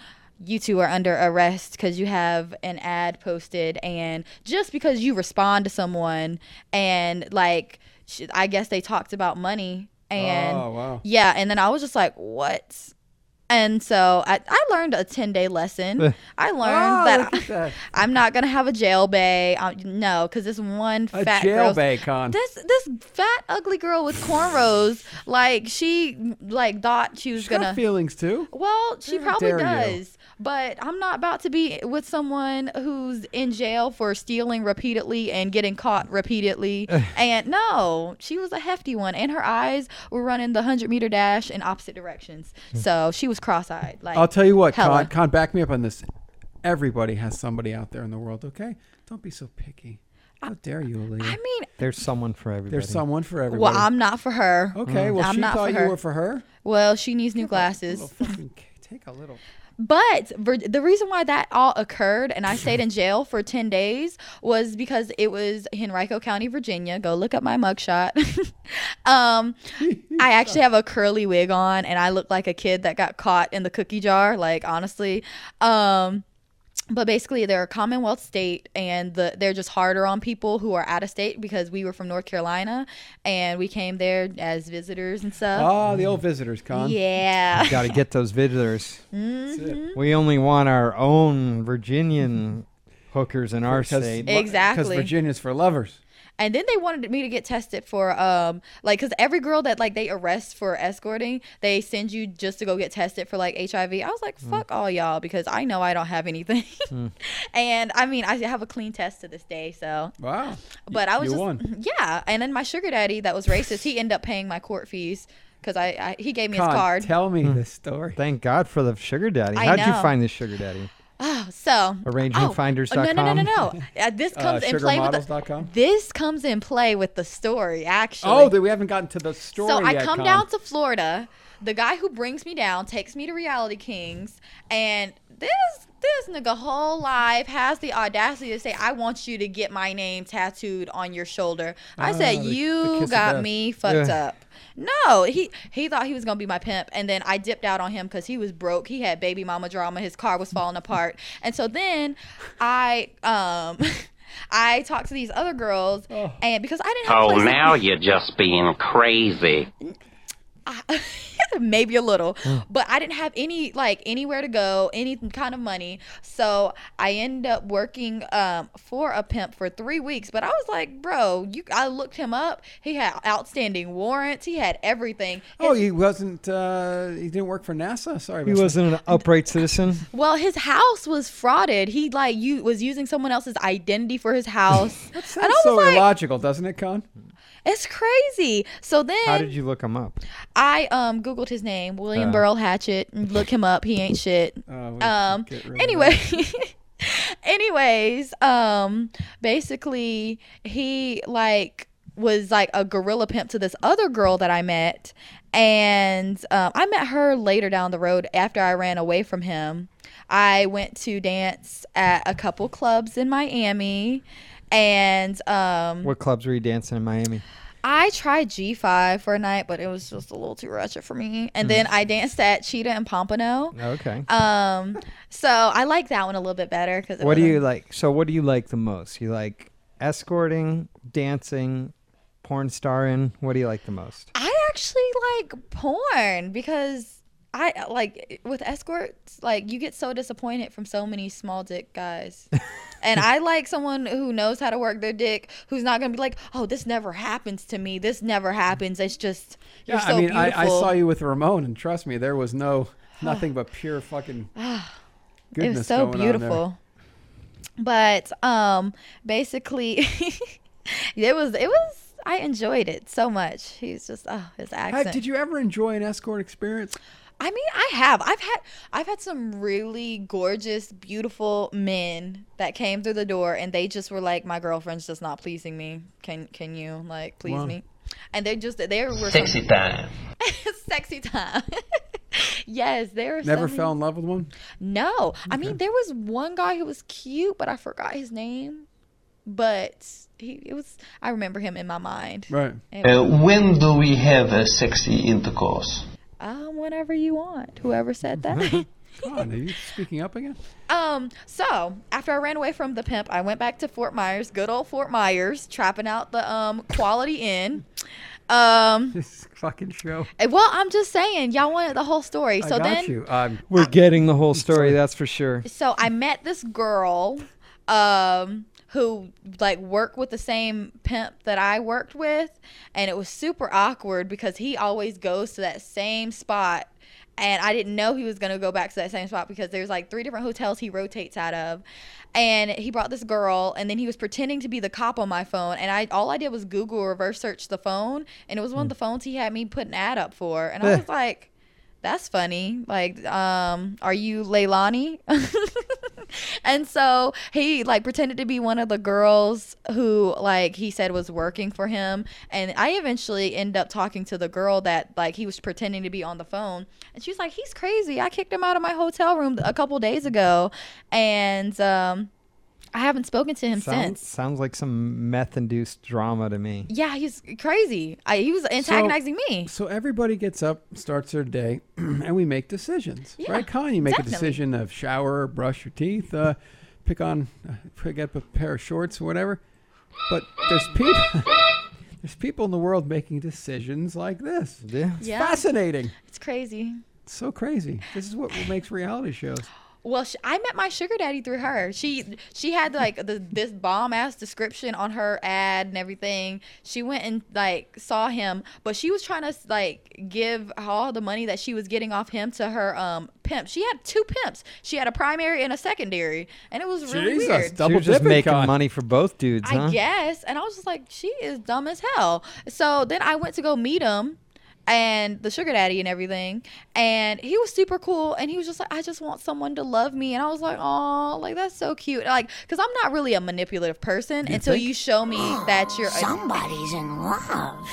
Speaker 5: you two are under arrest because you have an ad posted and just because you respond to someone and like sh- i guess they talked about money and
Speaker 2: oh wow.
Speaker 5: yeah and then i was just like what and so i, I learned a 10
Speaker 2: (laughs)
Speaker 5: day lesson i learned
Speaker 2: Oh,
Speaker 5: that,
Speaker 2: look at that.
Speaker 5: (laughs) i'm not gonna have a jail bay um, no because this one
Speaker 2: A
Speaker 5: fat
Speaker 2: jail
Speaker 5: girl's-
Speaker 2: bay
Speaker 5: (laughs)
Speaker 2: con.
Speaker 5: this this fat ugly girl with cornrows like she like thought she was
Speaker 2: She's
Speaker 5: gonna
Speaker 2: got feelings too.
Speaker 5: well, she
Speaker 2: How
Speaker 5: probably
Speaker 2: dare you.
Speaker 5: does, but I'm not about to be with someone who's in jail for stealing repeatedly and getting
Speaker 2: (laughs)
Speaker 5: caught repeatedly. and no, she was a hefty one, and her eyes were running the hundred meter dash in opposite directions, so she was cross-eyed. Like
Speaker 2: Hmm. I'll tell you what,
Speaker 5: hella.
Speaker 2: Con, Con, back me up on this. Everybody has somebody out there in the world, okay? Don't be so picky. How dare you, Aaliyah?
Speaker 5: I mean,
Speaker 4: There's someone for everybody.
Speaker 2: There's
Speaker 4: (laughs)
Speaker 2: someone for everybody.
Speaker 5: well, I'm not for her.
Speaker 2: okay, well,
Speaker 5: I'm
Speaker 2: she
Speaker 5: not
Speaker 2: thought
Speaker 5: for
Speaker 2: you
Speaker 5: her.
Speaker 2: were for her.
Speaker 5: Well, she needs new glasses.
Speaker 2: Little
Speaker 5: (laughs)
Speaker 2: fucking k- take a little.
Speaker 5: But Vir- the reason why that all occurred and I stayed in jail for 10 days was because it was Henrico County, Virginia. Go look up my mugshot. (laughs) um, I actually have a curly wig on and I look like a kid that got caught in the cookie jar, like honestly. Um, but basically they're a commonwealth state and the, they're just harder on people who are out of state because we were from north carolina and we came there as visitors and stuff
Speaker 2: Ah, the old visitors, Con.
Speaker 5: Oh. yeah
Speaker 4: Got to get those visitors.
Speaker 5: Hmm?
Speaker 2: That's it.
Speaker 5: Mm-hmm.
Speaker 4: We only want our own Virginian hookers in our state.
Speaker 5: It- Exactly.
Speaker 2: Because Virginia's for lovers.
Speaker 5: And then they wanted me to get tested for um like cuz every girl that like they arrest for escorting, they send you just to go get tested for like HIV. I was
Speaker 2: Mm.
Speaker 5: like, "Fuck all y'all because I know I don't have anything."
Speaker 2: Hmm.
Speaker 5: (laughs) and I mean, I have a clean test to this day, so
Speaker 2: Wow. Y-
Speaker 5: but I was
Speaker 2: you
Speaker 5: just (laughs)
Speaker 2: won.
Speaker 5: yeah, and then my sugar daddy that was racist,
Speaker 2: (laughs)
Speaker 5: he ended up paying my court fees cuz I, I he gave me
Speaker 2: Con,
Speaker 5: his card.
Speaker 2: tell me the story.
Speaker 4: Thank God for the sugar daddy.
Speaker 5: I
Speaker 4: How'd you
Speaker 5: know.
Speaker 4: find this sugar daddy?
Speaker 5: Oh, (laughs) so
Speaker 4: Arrangementfinders.com?
Speaker 5: Oh, no, no, no, no, no. Uh, this
Speaker 2: (laughs) Uh,
Speaker 5: comes in play with the,
Speaker 2: Sugarmodels.com.
Speaker 5: this comes in play with the story actually.
Speaker 2: Oh, that we haven't gotten to the story
Speaker 5: So I
Speaker 2: yet,
Speaker 5: come
Speaker 2: Con.
Speaker 5: down to Florida. The guy who brings me down takes me to Reality Kings, and this this nigga whole life has the audacity to say, "I want you to get my name tattooed on your shoulder." I said,
Speaker 2: Ah, the- the
Speaker 5: "You
Speaker 2: kiss of
Speaker 5: got
Speaker 2: death."
Speaker 5: me fucked
Speaker 4: Yeah.
Speaker 5: up." No, he he thought he was gonna be my pimp, and then I dipped out on him because he was broke. He had baby mama drama. His car was falling apart, and so then I um. (laughs) I talked to these other girls,
Speaker 2: Oh.
Speaker 5: and because I didn't have a
Speaker 9: Oh,
Speaker 5: place to-
Speaker 9: now you're just being crazy.
Speaker 5: I- (laughs) maybe a little,
Speaker 4: Hmm.
Speaker 5: but I didn't have any like anywhere to go, any kind of money. So I ended up working um, for a pimp for three weeks. But I was like, bro, you. I looked him up. He had outstanding warrants. He had everything.
Speaker 2: Oh, he wasn't. Uh, he didn't work for NASA. Sorry,
Speaker 4: He
Speaker 2: about
Speaker 4: wasn't an upright citizen.
Speaker 5: Well, his house was frauded. He like you was using someone else's identity for
Speaker 4: (laughs)
Speaker 5: his house.
Speaker 2: That.
Speaker 5: and I
Speaker 2: Sounds
Speaker 5: was
Speaker 2: so
Speaker 5: like,
Speaker 2: illogical, doesn't it, Con?
Speaker 5: it's crazy. So then
Speaker 4: How did you look him up?
Speaker 5: I um googled his name, William
Speaker 4: Uh.
Speaker 5: Burl Hatchet. Look him up. He ain't shit.
Speaker 2: Uh, we
Speaker 5: Um.
Speaker 2: (laughs) get rid of that.
Speaker 5: Anyway. (laughs) Anyways, um, basically he like was like a gorilla pimp to this other girl that I met, and um, I met her later down the road after I ran away from him. I went to dance at a couple clubs in Miami, and um,
Speaker 4: What clubs were you dancing in Miami?
Speaker 5: I tried G5 for a night, but it was just a little too ratchet for me.
Speaker 2: Mm-hmm.
Speaker 5: And then I danced at Cheetah and Pompano.
Speaker 4: Okay.
Speaker 5: Um, so I like that one a little bit better because
Speaker 4: what do you like? So, what do you like the most? You like escorting, dancing, porn starring? What do you like the most?
Speaker 5: I actually like porn because I like with escorts, like you get so disappointed from so many small
Speaker 2: (laughs)
Speaker 5: dick guys. and I like someone who knows how to work their dick, who's not gonna be like, oh, this never happens to me. This never happens. It's just you're
Speaker 2: Yeah,
Speaker 5: so
Speaker 2: I mean, I,
Speaker 5: beautiful.
Speaker 2: I saw you with Ramon, and trust me, there was
Speaker 5: (sighs)
Speaker 2: no nothing but pure fucking goodness.
Speaker 5: it was
Speaker 2: going
Speaker 5: so
Speaker 2: on there.
Speaker 5: beautiful but um basically (laughs) it was it was i enjoyed it so much he's just oh his
Speaker 2: Hey,
Speaker 5: accent
Speaker 2: did you ever enjoy an escort experience?
Speaker 5: i mean i have i've had i've had some really gorgeous beautiful men that came through the door and they just were like my girlfriend's just not pleasing me can can you like please me and they just they were sexy time (laughs) sexy time (laughs) yes they were
Speaker 2: Never
Speaker 5: so
Speaker 2: fell in love with one?
Speaker 5: no, I mean there was one guy who was cute, but I forgot his name. But he it was I remember him in my mind.
Speaker 2: Right.
Speaker 9: Uh, when do we have a sexy intercourse?
Speaker 5: Um, whenever you want, whoever said that.
Speaker 2: God, are you speaking up again? (laughs)
Speaker 5: um, so after I ran away from the pimp, I went back to Fort Myers, good old Fort Myers, trapping out the um quality inn. Um,
Speaker 2: This fucking show.
Speaker 5: eh, well, I'm just saying, y'all wanted the whole story. So
Speaker 2: I got
Speaker 5: then,
Speaker 2: you. Um,
Speaker 4: We're getting the whole story, that's for sure.
Speaker 5: so I met this girl um who like worked with the same pimp that I worked with and it was super awkward because he always goes to that same spot and I didn't know he was going to go back to that same spot because there's like three different hotels he rotates out of and he brought this girl and then he was pretending to be the cop on my phone and I all I did was google reverse search the phone and it was one of the phones he had me put an ad up for and I was like that's funny. Like, um, are you Leilani? (laughs) and so he like pretended to be one of the girls who like he said was working for him. And I eventually end up talking to the girl that like he was pretending to be on the phone. And she's like, he's crazy. I kicked him out of my hotel room a couple days ago, and um, I haven't spoken to him
Speaker 4: Sounds,
Speaker 5: since.
Speaker 4: sounds like some meth induced drama to me.
Speaker 5: Yeah, he's crazy. I, he was antagonizing me.
Speaker 2: So everybody gets up, starts their day, (clears throat) and we make decisions,
Speaker 5: Yeah,
Speaker 2: right? Con, you make
Speaker 5: definitely.
Speaker 2: a decision of shower, brush your teeth, uh, pick on, uh, pick up a pair of shorts or whatever. But there's people, (laughs) there's people in the world making decisions like this.
Speaker 4: Yeah.
Speaker 2: It's
Speaker 5: Yeah.
Speaker 2: fascinating.
Speaker 5: It's crazy.
Speaker 2: It's so crazy. This is what makes reality shows.
Speaker 5: Well, sh I met my sugar daddy through her. She she had like the, this bomb ass description on her ad and everything. She went and like saw him, but she was trying to like give all the money that she was getting off him to her um pimp. She had two pimps. She had a primary and a secondary, and it was really
Speaker 2: Jesus,
Speaker 5: weird.
Speaker 2: Double
Speaker 4: Double you just
Speaker 2: dipping,
Speaker 4: making
Speaker 2: Con.
Speaker 4: money for both dudes, huh?
Speaker 5: I guess. And I was just like, she is dumb as hell. So then I went to go meet him and the sugar daddy and everything. And he was super cool. And he was just like, I just want someone to love me. And I was like, oh, like that's so cute. Like, because I'm not really a manipulative person until you
Speaker 10: (gasps)
Speaker 5: show me that you're.
Speaker 10: Somebody's in love.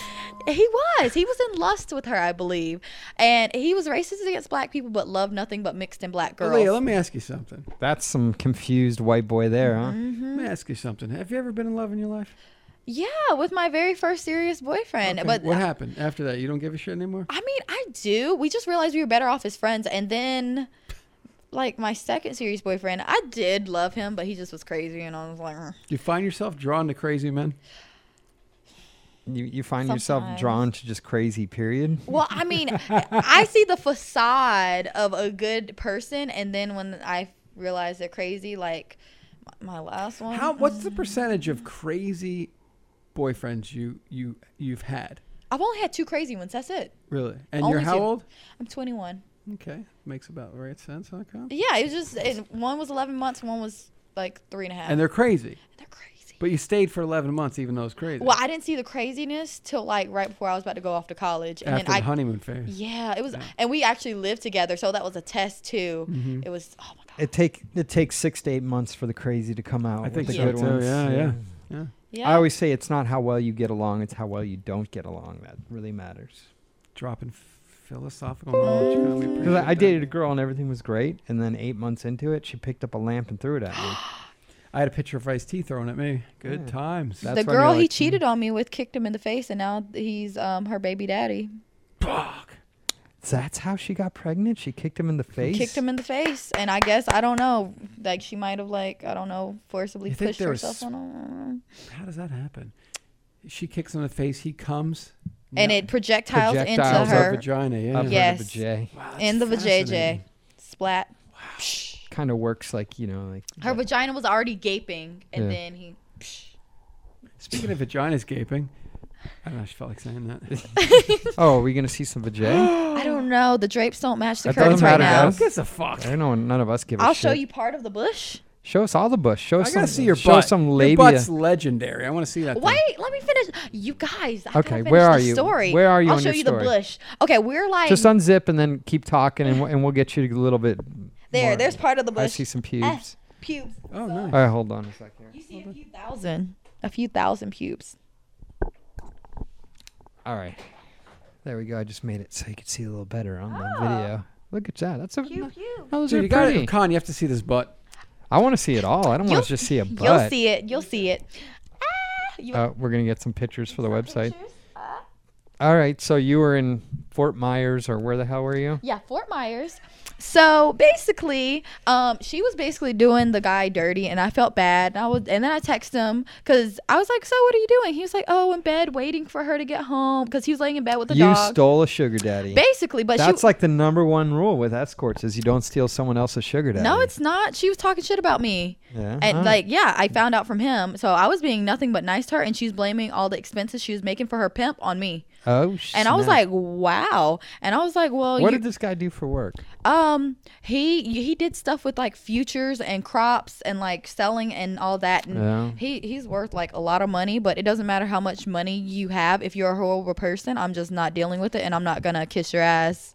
Speaker 5: he was. He was in lust with her, I believe. And he was racist against black people, but loved nothing but mixed and black girls.
Speaker 2: Leah, let me ask you something.
Speaker 4: That's some confused white boy there, huh?
Speaker 5: Mm-hmm.
Speaker 2: Let
Speaker 5: Hmm?
Speaker 2: me ask you something. Have you ever been in love in your life?
Speaker 5: yeah, with my very first serious boyfriend.
Speaker 2: Okay,
Speaker 5: But
Speaker 2: what happened after that? You don't give a shit anymore.
Speaker 5: I mean, I do. We just realized we were better off as friends, and then, like my second series boyfriend, I did love "Mm." him, but he just was crazy, and I was like, "Ugh."
Speaker 2: Do you find yourself drawn to crazy men?
Speaker 4: You you find yourself
Speaker 5: Sometimes.
Speaker 4: drawn to just crazy. Period.
Speaker 5: Well,
Speaker 2: (laughs)
Speaker 5: I mean, I see the facade of a good person, and then when I realize they're crazy, like my last one. um,
Speaker 2: How? What's the percentage of crazy boyfriends you you you've had?
Speaker 5: I've only had two crazy ones. That's it.
Speaker 2: Really? And
Speaker 5: Only
Speaker 2: you're how
Speaker 5: two.
Speaker 2: old?
Speaker 5: I'm 21.
Speaker 2: Okay, makes about right sense. Okay.
Speaker 5: Yeah, it was just and one was 11 months, one was like three and a half.
Speaker 2: And they're crazy. They're crazy. But you stayed for 11 months, even though it's crazy.
Speaker 5: well, I didn't see the craziness till like right before I was about to go off to college, and
Speaker 2: After the
Speaker 5: then I
Speaker 2: honeymoon phase.
Speaker 5: Yeah, it was, and we actually lived together, so that was a test too.
Speaker 4: Mhm.
Speaker 5: It was. Oh my,
Speaker 4: It take it takes six to eight months for the crazy to come out.
Speaker 2: I think
Speaker 4: with the
Speaker 2: so
Speaker 4: good
Speaker 2: too,
Speaker 4: ones.
Speaker 2: yeah, yeah, yeah.
Speaker 4: I
Speaker 5: Yeah.
Speaker 4: always say it's not how well you get along; it's how well you don't get along that really matters.
Speaker 2: Dropping philosophical knowledge. God, we
Speaker 4: 'Cause
Speaker 2: appreciate
Speaker 4: I, I
Speaker 2: that.
Speaker 4: dated a girl and everything was great, and then eight months into it, she picked up a lamp and threw it
Speaker 5: (gasps)
Speaker 4: at me.
Speaker 2: I had a picture of Ice T thrown at me. Good
Speaker 4: Yeah.
Speaker 2: times.
Speaker 4: That's
Speaker 5: the
Speaker 4: when you're
Speaker 5: girl he
Speaker 4: like,
Speaker 5: cheated on me with kicked him in the face, and now he's um her baby daddy.
Speaker 4: That's how she got pregnant. She kicked him in the face.
Speaker 5: Kicked him in the face, and I guess I don't know. Like she might have like I don't know forcibly
Speaker 2: You think
Speaker 5: pushed
Speaker 2: there was
Speaker 5: herself on him,
Speaker 2: How does that happen? She kicks him in the face. He comes.
Speaker 5: and
Speaker 2: No.
Speaker 5: it projectiles,
Speaker 2: Projectiles
Speaker 5: into
Speaker 2: of
Speaker 5: her
Speaker 2: vagina, yeah. Of her
Speaker 5: Yes,
Speaker 4: vajay.
Speaker 5: in the vajayjay,
Speaker 2: fascinating.
Speaker 5: splat.
Speaker 4: Kind of works like you know, like
Speaker 5: Her vagina was already gaping, and
Speaker 2: Yeah.
Speaker 5: then he.
Speaker 2: Speaking of vaginas gaping, I don't know. I just felt like saying
Speaker 4: (laughs)
Speaker 2: that.
Speaker 4: oh, are we gonna see some
Speaker 5: (gasps)
Speaker 4: vajay?
Speaker 5: I don't know. The drapes don't match the
Speaker 4: That
Speaker 5: curtains
Speaker 4: doesn't
Speaker 5: right
Speaker 4: matter to
Speaker 5: now.
Speaker 4: us.
Speaker 2: Gives a fuck.
Speaker 4: I know none of us give a
Speaker 5: I'll
Speaker 4: shit.
Speaker 5: show you part of the bush.
Speaker 4: Show us all the bush. Show
Speaker 2: I
Speaker 4: us
Speaker 2: gotta
Speaker 4: some.
Speaker 2: see your
Speaker 4: show
Speaker 2: butt.
Speaker 4: us some
Speaker 2: Your
Speaker 4: labia.
Speaker 2: butt's legendary. I want to see that. thing.
Speaker 5: Wait, let me finish. You guys, I gotta
Speaker 4: Okay,
Speaker 5: finish
Speaker 4: where are
Speaker 5: the
Speaker 4: you?
Speaker 5: Story.
Speaker 4: Where are you
Speaker 5: I'll
Speaker 4: on
Speaker 5: show
Speaker 4: your
Speaker 5: you
Speaker 4: story?
Speaker 5: the bush. Okay, we're like
Speaker 4: Just unzip and then keep talking, and we'll, and we'll get you a little bit.
Speaker 5: there.
Speaker 4: more.
Speaker 5: There's part of the bush.
Speaker 4: I see some pubes.
Speaker 5: Eh, pubes.
Speaker 2: Oh no.
Speaker 4: All right, hold on a second.
Speaker 5: You see a few thousand, a few thousand pubes.
Speaker 4: All right, there we go. I just made it so you could see a little better on
Speaker 5: Ah.
Speaker 4: the video. Look at that. That's a. Those
Speaker 2: Dude,
Speaker 4: are
Speaker 2: you got
Speaker 4: pretty.
Speaker 2: it, Con. You have to see this butt.
Speaker 4: I want to see it all. I don't want to
Speaker 5: You'll-
Speaker 4: just see a
Speaker 5: (laughs) You'll
Speaker 4: butt.
Speaker 5: see it. You'll see it. Ah, you
Speaker 4: Uh, we're gonna get some pictures for the website.
Speaker 5: Uh.
Speaker 4: All right, so you were in Fort Myers, or where the hell were you?
Speaker 5: Yeah, Fort Myers. So basically, um, she was basically doing the guy dirty, and I felt bad. And I was, and then I texted him because I was like, "So what are you doing?" He was like, "Oh, in bed, waiting for her to get home because he was laying in bed with the
Speaker 4: you
Speaker 5: dog."
Speaker 4: stole a sugar daddy.
Speaker 5: basically, but
Speaker 4: That's
Speaker 5: she,
Speaker 4: like the number one rule with escorts is you don't steal someone else's sugar daddy. Uh-huh.
Speaker 5: no, it's not. She was talking shit about me.
Speaker 4: Yeah, Oh,
Speaker 5: And
Speaker 4: all right.
Speaker 5: like, yeah, I found out from him. So I was being nothing but nice to her, and she's blaming all the expenses she was making for her pimp on me.
Speaker 4: oh,
Speaker 5: And I was
Speaker 4: snap.
Speaker 5: like, wow. And I was like, well,
Speaker 4: what
Speaker 5: you,
Speaker 4: did this guy do for work?
Speaker 5: Um, he he did stuff with like futures and crops and like selling and all that. And
Speaker 4: Yeah.
Speaker 5: he he's worth like a lot of money, but it doesn't matter how much money you have if you're a horrible person. I'm just not dealing with it, and I'm not gonna kiss your ass.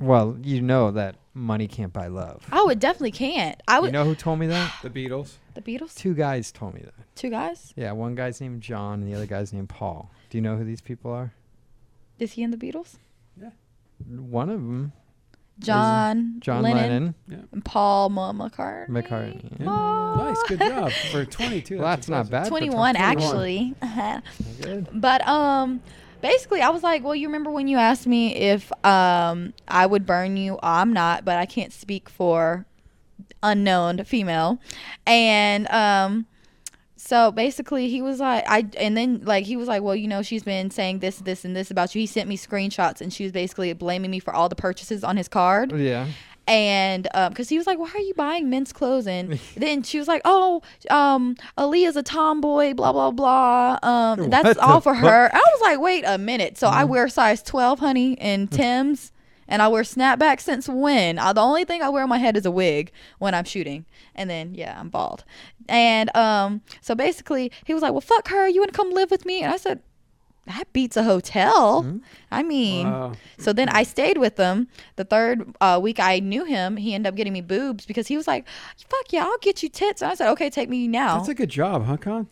Speaker 4: Well, you know that money can't buy love.
Speaker 5: I would definitely can't. I would.
Speaker 4: You know who told me
Speaker 5: (sighs)
Speaker 4: that?
Speaker 2: The Beatles.
Speaker 5: the Beatles,
Speaker 4: Two guys told me that.
Speaker 5: two guys.
Speaker 4: Yeah, one guy's named John and the other guy's named Paul. Do you know who these people are?
Speaker 5: Is he in the Beatles?
Speaker 4: One of them,
Speaker 5: John,
Speaker 4: John
Speaker 5: Lennon,
Speaker 4: Lennon,
Speaker 5: and Paul Ma- McCartney.
Speaker 4: McCartney. Yeah.
Speaker 2: Nice, good job
Speaker 4: (laughs)
Speaker 2: for 22.
Speaker 4: Well, that's not
Speaker 2: impressive.
Speaker 4: bad. for (laughs)
Speaker 5: 21 actually (laughs) but um basically i was like well you remember when you asked me if um i would burn you Uh, i'm not but i can't speak for unknown female and um so basically he was like i and then like he was like well you know she's been saying this this and this about you he sent me screenshots and she was basically blaming me for all the purchases on his card
Speaker 4: Yeah.
Speaker 5: and because he was like, "Why are you buying men's clothes?" And (laughs) then she was like, "Oh, um, Aaliyah's a tomboy, blah blah blah. Um,
Speaker 4: What
Speaker 5: that's
Speaker 4: the
Speaker 5: all for
Speaker 4: fuck? Mm-hmm.
Speaker 5: her." I was like, "Wait a minute." So I wear size twelve, honey,
Speaker 4: (laughs)
Speaker 5: and Tim's, and I wear snapback since when? Uh the only thing I wear on my head is a wig when I'm shooting, and then yeah, I'm bald. And um, so basically, he was like, "Well, fuck her. You want to come live with me?" And I said. That beats a hotel.
Speaker 4: Hmm?
Speaker 5: I mean,
Speaker 2: Wow.
Speaker 5: so then I stayed with him. The third uh, week I knew him, he ended up getting me boobs because he was like, "Fuck yeah, I'll get you tits." And I said, "Okay, take me now."
Speaker 2: That's a good job, huh,
Speaker 4: (laughs)
Speaker 2: Con?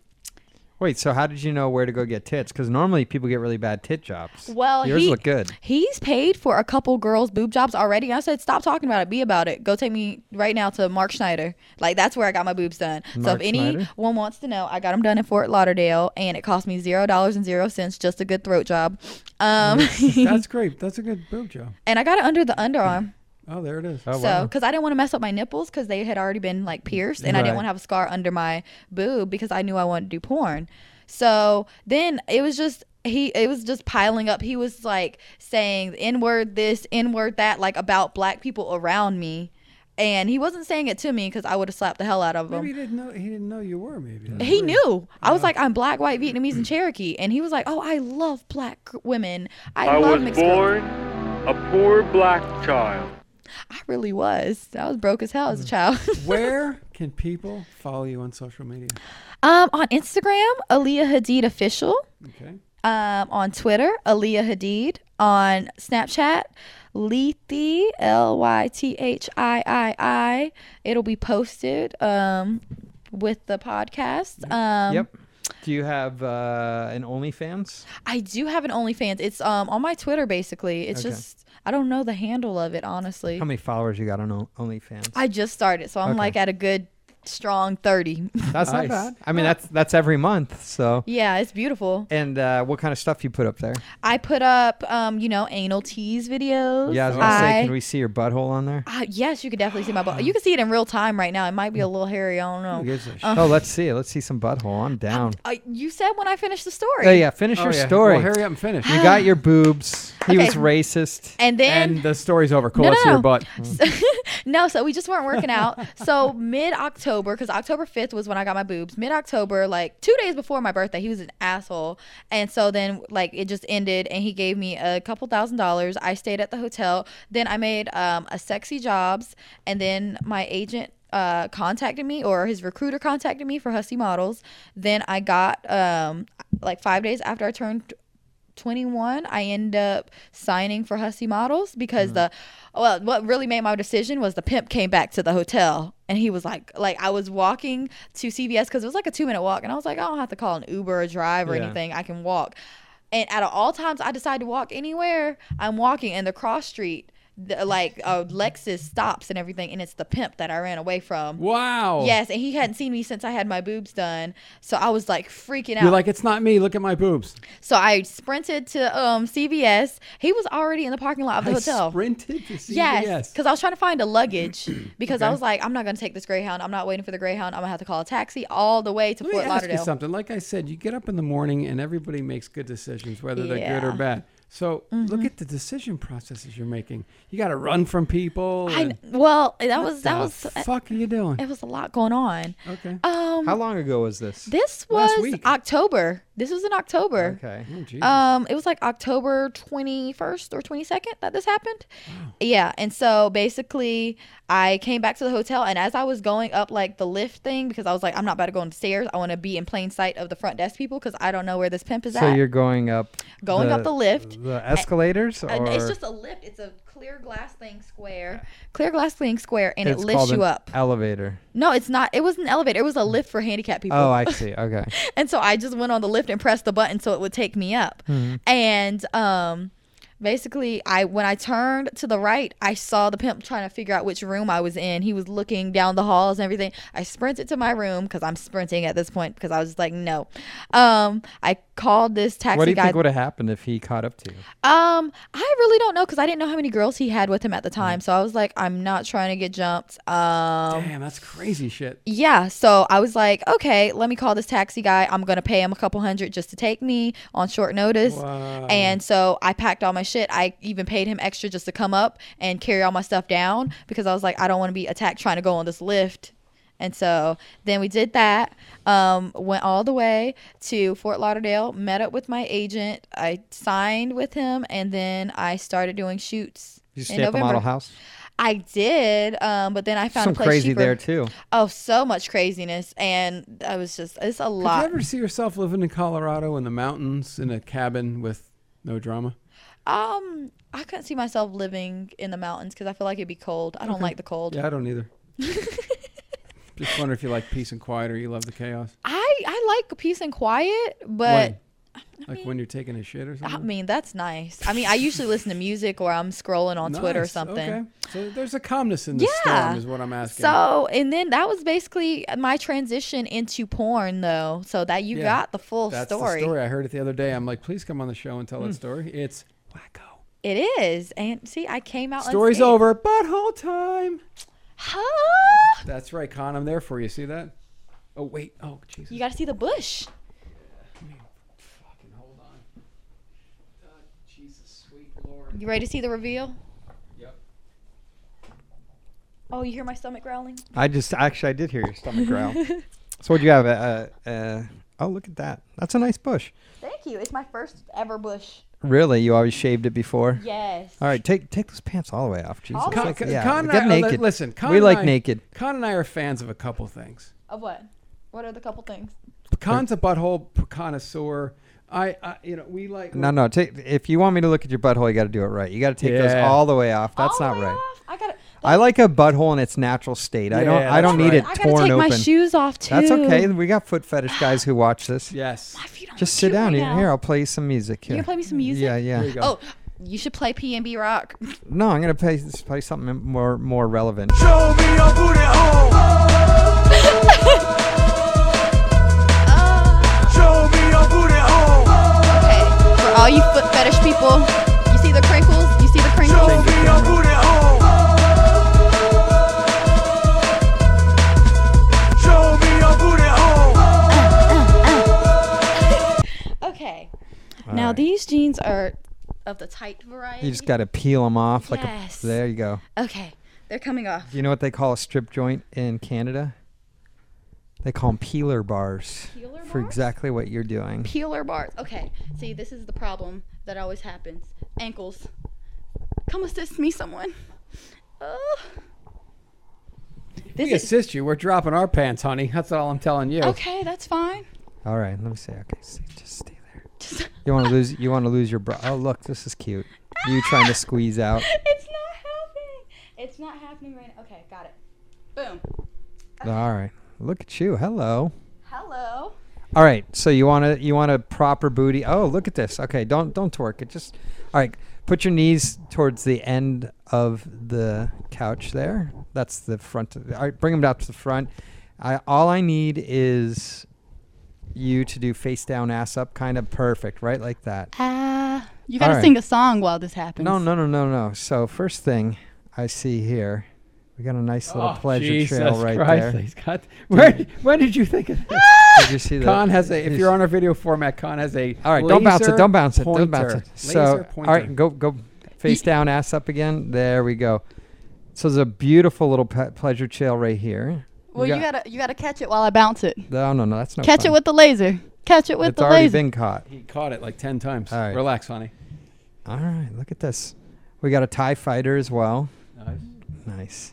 Speaker 4: Wait, so how did you know where to go get tits? Because normally people get really bad tit jobs.
Speaker 5: well,
Speaker 4: yours
Speaker 5: he,
Speaker 4: look good.
Speaker 5: He's paid for a couple girls' boob jobs already. I said, "Stop talking about it. Be about it. Go take me right now to Mark Schneider. Like that's where I got my boobs done." so
Speaker 4: Mark
Speaker 5: if anyone
Speaker 4: Schneider?
Speaker 5: wants to know, I got them done in Fort Lauderdale, and it cost me zero dollars and zero cents. Just a good throat job.
Speaker 4: (laughs)
Speaker 5: Um, (laughs)
Speaker 2: That's great. That's a good boob job.
Speaker 5: and I got it under the underarm.
Speaker 2: Oh, there it is.
Speaker 4: Oh,
Speaker 5: So, because I didn't want to mess up my nipples because they had already been like pierced, and I
Speaker 4: Right.
Speaker 5: didn't want to have a scar under my boob because I knew I wanted to do porn. So then it was just he it was just piling up. He was like saying n word this, n word that, like about black people around me, and he wasn't saying it to me because I would have slapped the hell out of him.
Speaker 2: Maybe he didn't know. He didn't know you were. Maybe That's
Speaker 5: He
Speaker 2: weird.
Speaker 5: knew. I was like, I'm black, white, Vietnamese, and Cherokee, and he was like, Oh, I love black g- women. I,
Speaker 11: I
Speaker 5: love
Speaker 11: was
Speaker 5: mixed
Speaker 11: born
Speaker 5: girls."
Speaker 11: a poor black child.
Speaker 5: I really was. I was broke as hell
Speaker 4: Mm.
Speaker 5: as a child. (laughs)
Speaker 2: Where can people follow you on social media?
Speaker 5: um, on Instagram, Aaliyah Hadid official.
Speaker 2: Okay.
Speaker 5: Um, on Twitter, Aaliyah Hadid. On Snapchat, Lethe L Y T H I I I. It'll be posted um with the podcast. Um,
Speaker 4: yep. Do you have uh, an OnlyFans?
Speaker 5: I do have an OnlyFans. It's um on my Twitter basically. It's
Speaker 4: Okay.
Speaker 5: just I don't know the handle of it honestly.
Speaker 4: How many followers you got on O-
Speaker 5: (laughs)
Speaker 4: OnlyFans?
Speaker 5: I just started, so I'm
Speaker 4: Okay.
Speaker 5: like at a good strong thirty. (laughs)
Speaker 4: That's not bad. I mean, that's that's every month. So.
Speaker 5: Yeah, it's beautiful.
Speaker 4: And uh, what kind of stuff you put up there?
Speaker 5: I put up um you know anal tease videos.
Speaker 4: Yeah, I was gonna say, can we see your butthole on there?
Speaker 5: Uh, yes, you could definitely see my butt. You can see it in real time right now. It might be a little hairy. I don't know.
Speaker 2: Who gives a
Speaker 5: Uh,
Speaker 4: oh, let's see it. Let's see some butthole. I'm down.
Speaker 5: uh, you said when I finished the story.
Speaker 4: Oh, Yeah, yeah.
Speaker 5: Oh,
Speaker 4: Finish your story.
Speaker 2: Well, hurry up and finish.
Speaker 4: You got your boobs. He was
Speaker 5: Okay.
Speaker 4: racist.
Speaker 5: And then-
Speaker 2: the story's over. Cool.
Speaker 5: No,
Speaker 2: let's
Speaker 5: no,
Speaker 2: see your
Speaker 5: no.
Speaker 2: butt.
Speaker 5: No, so (laughs) we just weren't working out. so mid October, because October 5th was when I got my boobs. Mid October, like two days before my birthday, he was an asshole. And so then, like, it just ended, and he gave me a couple thousand dollars. I stayed at the hotel. Then I made um, a sexy jobs, and then my agent. Uh, contacted me or his recruiter contacted me for Hussy Models. Then I got um like five days after I turned 21 i end up signing for hussy models because the well what really made my decision was the pimp came back to the hotel and he was like like i was walking to cvs because it was like a two minute walk and i was like i don't have to call an uber or drive or
Speaker 12: Yeah.
Speaker 5: anything i can walk and out of all times i decide to walk anywhere i'm walking and the cross street the, like uh, lexus stops and everything and it's the pimp that i ran away from
Speaker 2: Wow.
Speaker 5: yes and he hadn't seen me since i had my boobs done so i was like freaking out
Speaker 2: You're like, it's not me. Look at my boobs.
Speaker 5: so I sprinted to um, CVS. He was already in the parking lot of the
Speaker 2: I
Speaker 5: hotel.
Speaker 2: Sprinted to see.
Speaker 5: Yes, because I was trying to find a
Speaker 2: (clears throat)
Speaker 5: luggage because I
Speaker 2: Okay.
Speaker 5: was like, I'm not going to take this Greyhound. I'm not waiting for the Greyhound. I'm gonna have to call a taxi all the way to
Speaker 2: Let me
Speaker 5: Fort
Speaker 2: ask you
Speaker 5: Lauderdale.
Speaker 2: something. Like I said, you get up in the morning and everybody makes good decisions, whether they're good or
Speaker 5: Yeah. Mm-hmm.
Speaker 2: bad. So look at the decision processes you're making. You got to run from people.
Speaker 5: I,
Speaker 2: and-
Speaker 5: kn- well, that
Speaker 2: What
Speaker 5: was that
Speaker 2: the
Speaker 5: was. uh,
Speaker 2: fuck are you doing?
Speaker 5: It was a lot going on.
Speaker 2: Okay.
Speaker 5: Um,
Speaker 4: How long ago was this?
Speaker 5: This
Speaker 4: Last
Speaker 5: was
Speaker 4: week.
Speaker 5: October. This was in October.
Speaker 4: Okay. Oh, Jesus.
Speaker 5: um, it was like October 21st or 22nd that this happened. Yeah. And so basically, I came back to the hotel, and as I was going up like the lift thing, because I was like, I'm not about to go on the stairs. I want to be in plain sight of the front desk people because I don't know where this pimp is
Speaker 4: So
Speaker 5: at.
Speaker 4: you're going up.
Speaker 5: Going up the lift.
Speaker 4: The escalators, or
Speaker 5: And Uh, it's just a lift. It's a clear glass thing square. Clear glass thing square, and
Speaker 4: it's
Speaker 5: it
Speaker 4: called
Speaker 5: lifts you
Speaker 4: an
Speaker 5: up.
Speaker 4: Elevator.
Speaker 5: No, it's not. It was an elevator. It was a lift for handicapped people.
Speaker 4: Oh, I
Speaker 5: (laughs)
Speaker 4: see. Okay.
Speaker 5: and so I just went on the lift and pressed the button so it would take me up.
Speaker 4: Mhm.
Speaker 5: And um basically I when I turned to the right, I saw the pimp trying to figure out which room I was in. He was looking down the halls and everything. I sprinted to my room cuz I'm sprinting at this point because I was just like, "No." Um I called this taxi
Speaker 4: what do you
Speaker 5: guy.
Speaker 4: think would have happened if he caught up to you?
Speaker 5: Um, I really don't know because I didn't know how many girls he had with him at the
Speaker 4: Hmm.
Speaker 5: time. So I was like, I'm not trying to get jumped. Um,
Speaker 2: Damn, that's crazy shit.
Speaker 5: yeah, so I was like, okay, let me call this taxi guy. I'm gonna pay him a couple hundred just to take me on short notice.
Speaker 2: Wow.
Speaker 5: And so I packed all my shit. I even paid him extra just to come up and carry all my stuff down because I was like, I don't want to be attacked trying to go on this lift. And so then we did that. Um, went all the way to Fort Lauderdale, met up with my agent. I signed with him, and then I started doing shoots.
Speaker 4: You
Speaker 5: in
Speaker 4: stay at the
Speaker 5: November.
Speaker 4: model house.
Speaker 5: I did, um, but then I found
Speaker 4: Some
Speaker 5: a place
Speaker 4: crazy
Speaker 5: cheaper.
Speaker 4: there too.
Speaker 5: Oh, so much craziness, and I was just—it's a
Speaker 2: Could you
Speaker 5: lot.
Speaker 2: ever see yourself living in Colorado in the mountains in a cabin with no drama?
Speaker 5: Um, I couldn't see myself living in the mountains because I feel like it'd be cold. I don't
Speaker 2: Okay.
Speaker 5: like the cold.
Speaker 2: Yeah, I don't
Speaker 5: (laughs)
Speaker 2: either. Just wonder if you like peace and quiet or you love the chaos.
Speaker 5: I I like peace and quiet, but
Speaker 2: When? like when you're taking a shit or
Speaker 5: I
Speaker 2: something.
Speaker 5: mean that's nice. I mean, I usually listen to music or I'm scrolling on Twitter or
Speaker 2: Nice,
Speaker 5: something.
Speaker 2: Okay. So there's a calmness in the
Speaker 5: Yeah.
Speaker 2: storm, is what I'm asking.
Speaker 5: So, and then that was basically my transition into porn, though. So that you
Speaker 2: Yeah,
Speaker 5: got the full
Speaker 2: That's
Speaker 5: story. Mm.
Speaker 2: the story. I heard it the other day. I'm like, please come on the show and tell that story. It's
Speaker 5: It is, and see, I came out.
Speaker 2: story's
Speaker 5: unscathed.
Speaker 2: over, butthole time.
Speaker 5: Huh?
Speaker 2: That's right, Con. I'm there for you. See that? Oh wait. Oh Jesus.
Speaker 5: You got to see the bush.
Speaker 2: Uh,
Speaker 5: You ready to see the reveal? Yep. Oh, you hear my stomach growling?
Speaker 4: I just actually I did hear your
Speaker 5: (laughs)
Speaker 4: stomach growl. so what do you have? Uh, uh, oh, look at that. That's a nice bush.
Speaker 5: Thank you. It's my first ever bush.
Speaker 4: Really, you always shaved it before.
Speaker 5: Yes.
Speaker 4: All right, take take those pants all the way off. Jesus,
Speaker 5: All the way
Speaker 4: Let's-
Speaker 5: off?
Speaker 4: yeah,
Speaker 2: Con and
Speaker 4: get
Speaker 2: I-
Speaker 4: naked.
Speaker 2: li- listen, Con
Speaker 4: we
Speaker 2: and
Speaker 4: like
Speaker 2: I-
Speaker 4: naked.
Speaker 2: Con and I are fans of a couple things.
Speaker 5: Of what? What are the couple things?
Speaker 2: Con's a butthole connoisseur. I, I, you know, we like.
Speaker 4: No, no. Take if you want me to look at your butthole, you got to do it right. You got to take those
Speaker 2: Yeah.
Speaker 4: all the way off. That's
Speaker 5: All
Speaker 4: not
Speaker 5: the way
Speaker 4: right.
Speaker 5: off? I gotta.
Speaker 4: I like a butthole in its natural state. I don't.
Speaker 2: Yeah,
Speaker 4: I don't
Speaker 2: that's
Speaker 4: need
Speaker 2: right.
Speaker 4: it
Speaker 5: I gotta
Speaker 4: torn
Speaker 5: take
Speaker 4: open.
Speaker 5: my shoes off too.
Speaker 4: That's okay. We got foot fetish guys who watch this.
Speaker 2: Yes.
Speaker 5: If you don't
Speaker 4: Just
Speaker 5: do
Speaker 4: sit
Speaker 5: it
Speaker 4: down.
Speaker 5: right
Speaker 4: Here,
Speaker 5: now.
Speaker 4: here, I'll play some music.
Speaker 5: You
Speaker 4: Here.
Speaker 5: gonna play me some music?
Speaker 4: Yeah, yeah.
Speaker 2: Here you go.
Speaker 5: Oh, you should play P and B Rock.
Speaker 4: No, I'm gonna play play something more more relevant.
Speaker 5: Oh. Okay. For all you foot fetish people, you see the crinkles? You see the crinkles? Okay. now
Speaker 4: right.
Speaker 5: these jeans are of the tight variety.
Speaker 4: You just gotta peel them off. Like
Speaker 5: Yes.
Speaker 4: a, there you go.
Speaker 5: Okay. They're coming off.
Speaker 4: Do you know what they call a strip joint in Canada? They call them peeler bars
Speaker 5: Peeler
Speaker 4: for
Speaker 5: bars?
Speaker 4: exactly what you're doing.
Speaker 5: Peeler bars. Okay. See, this is the problem that always happens. Ankles. Come assist me, someone. Oh. This
Speaker 2: we assist you. We're dropping our pants, honey. That's all I'm telling you.
Speaker 5: Okay, that's fine.
Speaker 4: All right, let me see. Okay, see, just stay there. (laughs) You want to lose? You want to lose your bra? Oh, look, this is cute. You trying to squeeze out?
Speaker 5: (laughs) it's not happening. It's not happening right now. Okay, got it. Boom.
Speaker 4: All right, look at you. Hello.
Speaker 5: Hello.
Speaker 4: All right, so you want to you want a proper booty? Oh, look at this. Okay, don't don't twerk it. Just all right. Put your knees towards the end of the couch there. That's the front. Of, all right, bring them down to the front. I, all I need is you to do face down, ass up, kind of perfect, right like that.
Speaker 5: Ah, you
Speaker 4: All
Speaker 5: gotta
Speaker 4: right.
Speaker 5: sing a song while this happens.
Speaker 4: No, no, no, no, no. So first thing I see here, we got a nice little pleasure
Speaker 2: Oh, Jesus
Speaker 4: trail right
Speaker 2: Christ,
Speaker 4: there.
Speaker 2: he's got- (laughs) where, when did you think of this?
Speaker 4: Did you (laughs) see that?
Speaker 2: Con has a. If
Speaker 4: Yes.
Speaker 2: you're on our video format, Con has a.
Speaker 4: All right, don't bounce it.
Speaker 2: laser
Speaker 4: Don't bounce it.
Speaker 2: Pointer.
Speaker 4: Don't bounce it. So,
Speaker 2: Laser
Speaker 4: all
Speaker 2: pointer.
Speaker 4: right, go go face down, ass up again. There we go. So there's a beautiful little pe- pleasure trail right here. We
Speaker 5: Well, you
Speaker 4: got-
Speaker 5: gotta you gotta catch it while I bounce it.
Speaker 4: No, no, no. That's no.
Speaker 5: catch
Speaker 4: fun.
Speaker 5: it with the laser. Catch it with
Speaker 4: It's
Speaker 5: the
Speaker 4: already
Speaker 5: laser.
Speaker 4: been caught.
Speaker 2: He caught it like ten times.
Speaker 4: All right.
Speaker 2: Relax, honey.
Speaker 4: All right, look at this. We got a Tie fighter as well. Nice.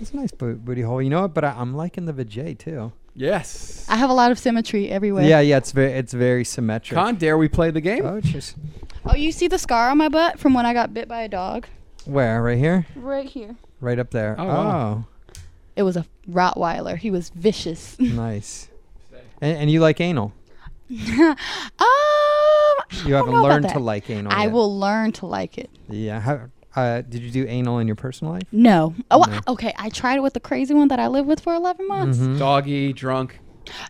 Speaker 4: It's a nice bo- booty hole. You know what? But I, I'm liking the vajay too.
Speaker 2: Yes.
Speaker 4: Uh,
Speaker 5: I have a lot of symmetry everywhere.
Speaker 4: Yeah, yeah. It's very, it's very symmetric.
Speaker 2: Con, dare we play the game?
Speaker 4: oh, jeez.
Speaker 5: Oh, you see the scar on my butt from when I got bit by a dog?
Speaker 4: Where? Right here?
Speaker 5: Right here.
Speaker 4: Right up there.
Speaker 2: Oh,
Speaker 4: Oh,
Speaker 2: wow.
Speaker 5: It was a Rottweiler. He was vicious.
Speaker 4: Mm.
Speaker 5: (laughs)
Speaker 4: Oh, nice. And, and you like anal?
Speaker 5: um,
Speaker 4: You haven't learned to like anal.
Speaker 5: I
Speaker 4: yet.
Speaker 5: will learn to like it.
Speaker 4: Yeah. How, uh, did you do anal in your personal life?
Speaker 5: No. Oh, I- okay. I tried it with the crazy one that I lived with for 11 months.
Speaker 4: Mm-hmm.
Speaker 2: Doggy, drunk.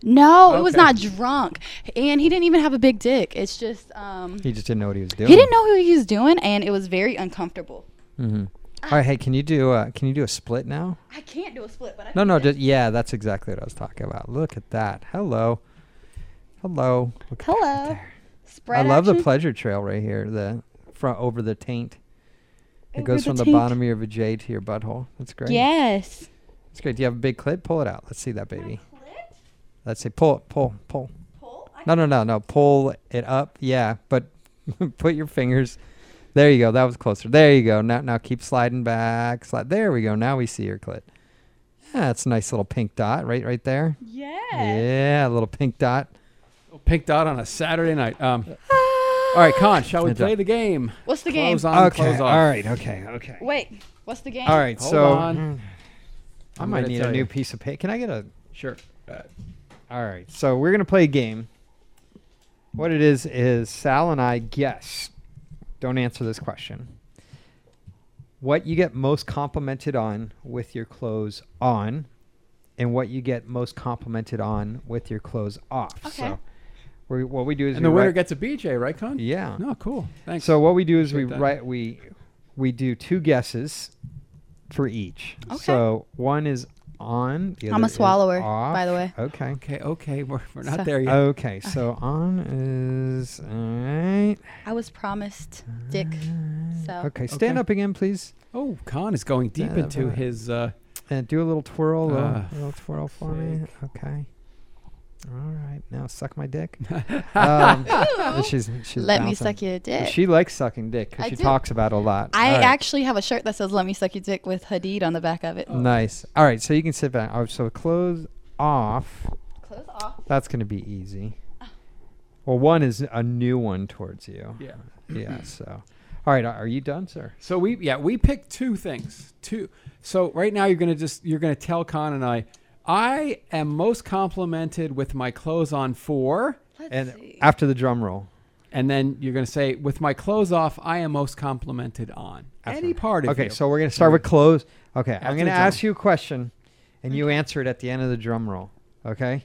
Speaker 5: No, it was
Speaker 2: Okay.
Speaker 5: not drunk. And he didn't even have a big dick. It's just, um,
Speaker 4: He just didn't know what he was doing.
Speaker 5: he didn't know who he was doing, and it was very uncomfortable.
Speaker 4: Mm-hmm.
Speaker 5: Ah.
Speaker 4: All right. Hey, can you do uh, can you do a split now?
Speaker 5: I can't do a split, but I
Speaker 4: No,
Speaker 5: can
Speaker 4: no.
Speaker 5: do
Speaker 4: Just, yeah, that's exactly what I was talking about. Look at that. Hello. Hello. Look at that right
Speaker 5: Hello.
Speaker 4: there. I
Speaker 5: spread
Speaker 4: love the
Speaker 5: action.
Speaker 4: pleasure trail right here. The front over the taint. It
Speaker 5: Over
Speaker 4: goes
Speaker 5: the
Speaker 4: from the
Speaker 5: taint.
Speaker 4: bottom of your vajay to your butthole. That's great.
Speaker 5: Yes.
Speaker 4: That's great. Do you have a big clit? Pull it out. Let's see that baby. Let's see. Pull it. Pull. Pull.
Speaker 5: Pull? I
Speaker 4: No, no, no, no. Pull it up. Yeah, but (laughs) put your fingers. There you go. That was closer. There you go. Now, now keep sliding back. Slide. There we go. Now we see your clit. Yeah, that's a nice little pink dot right, right there.
Speaker 5: Yeah.
Speaker 4: Yeah, a little pink dot.
Speaker 2: Pink dot on a Saturday night. Um. All right, Con, shall we
Speaker 4: Uh, Good job.
Speaker 2: play the game?
Speaker 5: What's the game?
Speaker 2: Close on,
Speaker 4: okay.
Speaker 2: close off.
Speaker 4: All right. Okay. Okay.
Speaker 5: Wait. What's the game?
Speaker 4: All right.
Speaker 2: Hold
Speaker 4: so Hmm.
Speaker 2: on.
Speaker 4: I might
Speaker 2: gonna
Speaker 4: need
Speaker 2: tell
Speaker 4: a new
Speaker 2: you.
Speaker 4: piece of paper. Can I get a?
Speaker 2: Sure.
Speaker 4: All right. So we're gonna play a game. What it is is Sal and I guess. Don't answer this question. What you get most complimented on with your clothes on, and what you get most complimented on with your clothes off.
Speaker 5: Okay.
Speaker 4: So, we, what we do is
Speaker 2: And
Speaker 4: we
Speaker 2: the winner
Speaker 4: write-
Speaker 2: gets a BJ, right, Con?
Speaker 4: yeah.
Speaker 2: No, cool. Thanks.
Speaker 4: So what we do is we
Speaker 2: Appreciate that.
Speaker 4: write we we do two guesses for each.
Speaker 5: Okay.
Speaker 4: So one is on. the
Speaker 5: I'm
Speaker 4: other
Speaker 5: a
Speaker 4: is
Speaker 5: swallower, by the
Speaker 4: off.
Speaker 5: way.
Speaker 4: Okay. Okay.
Speaker 2: Okay. (laughs) We're, we're
Speaker 5: not So- there
Speaker 2: yet.
Speaker 4: Okay. So on is all right.
Speaker 5: I was promised
Speaker 4: Uh,
Speaker 5: dick. So
Speaker 4: Okay. Stand up again, please.
Speaker 2: Oh, Khan is going deep
Speaker 4: Stand up,
Speaker 2: into
Speaker 4: uh,
Speaker 2: his. Uh,
Speaker 4: and do a little twirl. little-
Speaker 2: Ah,
Speaker 4: little twirl for me. Okay. All right. Now suck
Speaker 2: (laughs)
Speaker 4: my dick.
Speaker 5: (laughs)
Speaker 4: um,
Speaker 5: Ew.
Speaker 4: she's, she's
Speaker 5: Let me
Speaker 4: bouncing.
Speaker 5: suck your dick.
Speaker 4: She likes sucking dick because
Speaker 5: I
Speaker 4: she
Speaker 5: do.
Speaker 4: talks about it a lot.
Speaker 5: I
Speaker 4: All right.
Speaker 5: actually have a shirt that says "Let me suck your dick" with Hadid on the back of it.
Speaker 4: Nice. All right, so you can sit back. Oh, so close off.
Speaker 5: Close off.
Speaker 4: That's going to be easy. Well, one is a new one towards you.
Speaker 2: Yeah.
Speaker 4: Yeah, so. All right, are you done, sir?
Speaker 2: so we yeah we picked two things. Two. So right now you're gonna just you're gonna tell Khan and I, I am most complimented with my clothes on for,
Speaker 4: and after the drum roll.
Speaker 2: and then you're gonna say with my clothes off I am most complimented on any part of
Speaker 4: Okay,
Speaker 2: you.
Speaker 4: so we're going to start with clothes. Okay,
Speaker 2: After
Speaker 4: I'm going
Speaker 2: the
Speaker 4: to
Speaker 2: drum.
Speaker 4: ask you a question, and you answer it at the end of the drum roll. Okay?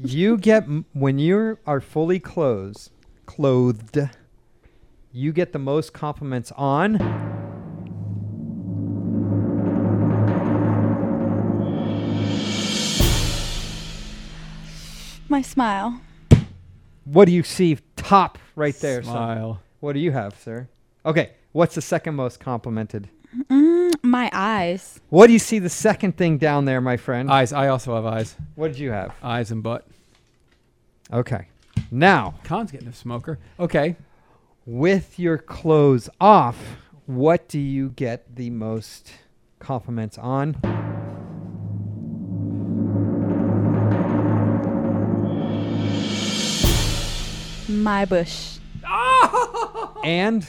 Speaker 4: you get, m- when you are fully clothes, clothed, you get the most compliments on.
Speaker 5: My smile.
Speaker 4: What do you see top right there? sir?
Speaker 2: Smile.
Speaker 4: What do you have, sir? Okay, what's the second most complimented?
Speaker 5: Mm, my eyes.
Speaker 4: What do you see the second thing down there, my friend?
Speaker 2: Eyes. I also have eyes.
Speaker 4: What did you have?
Speaker 2: Eyes and butt.
Speaker 4: Okay. Now,
Speaker 2: Khan's getting a smoker. Okay.
Speaker 4: with your clothes off, what do you get the most compliments on?
Speaker 5: My bush.
Speaker 4: And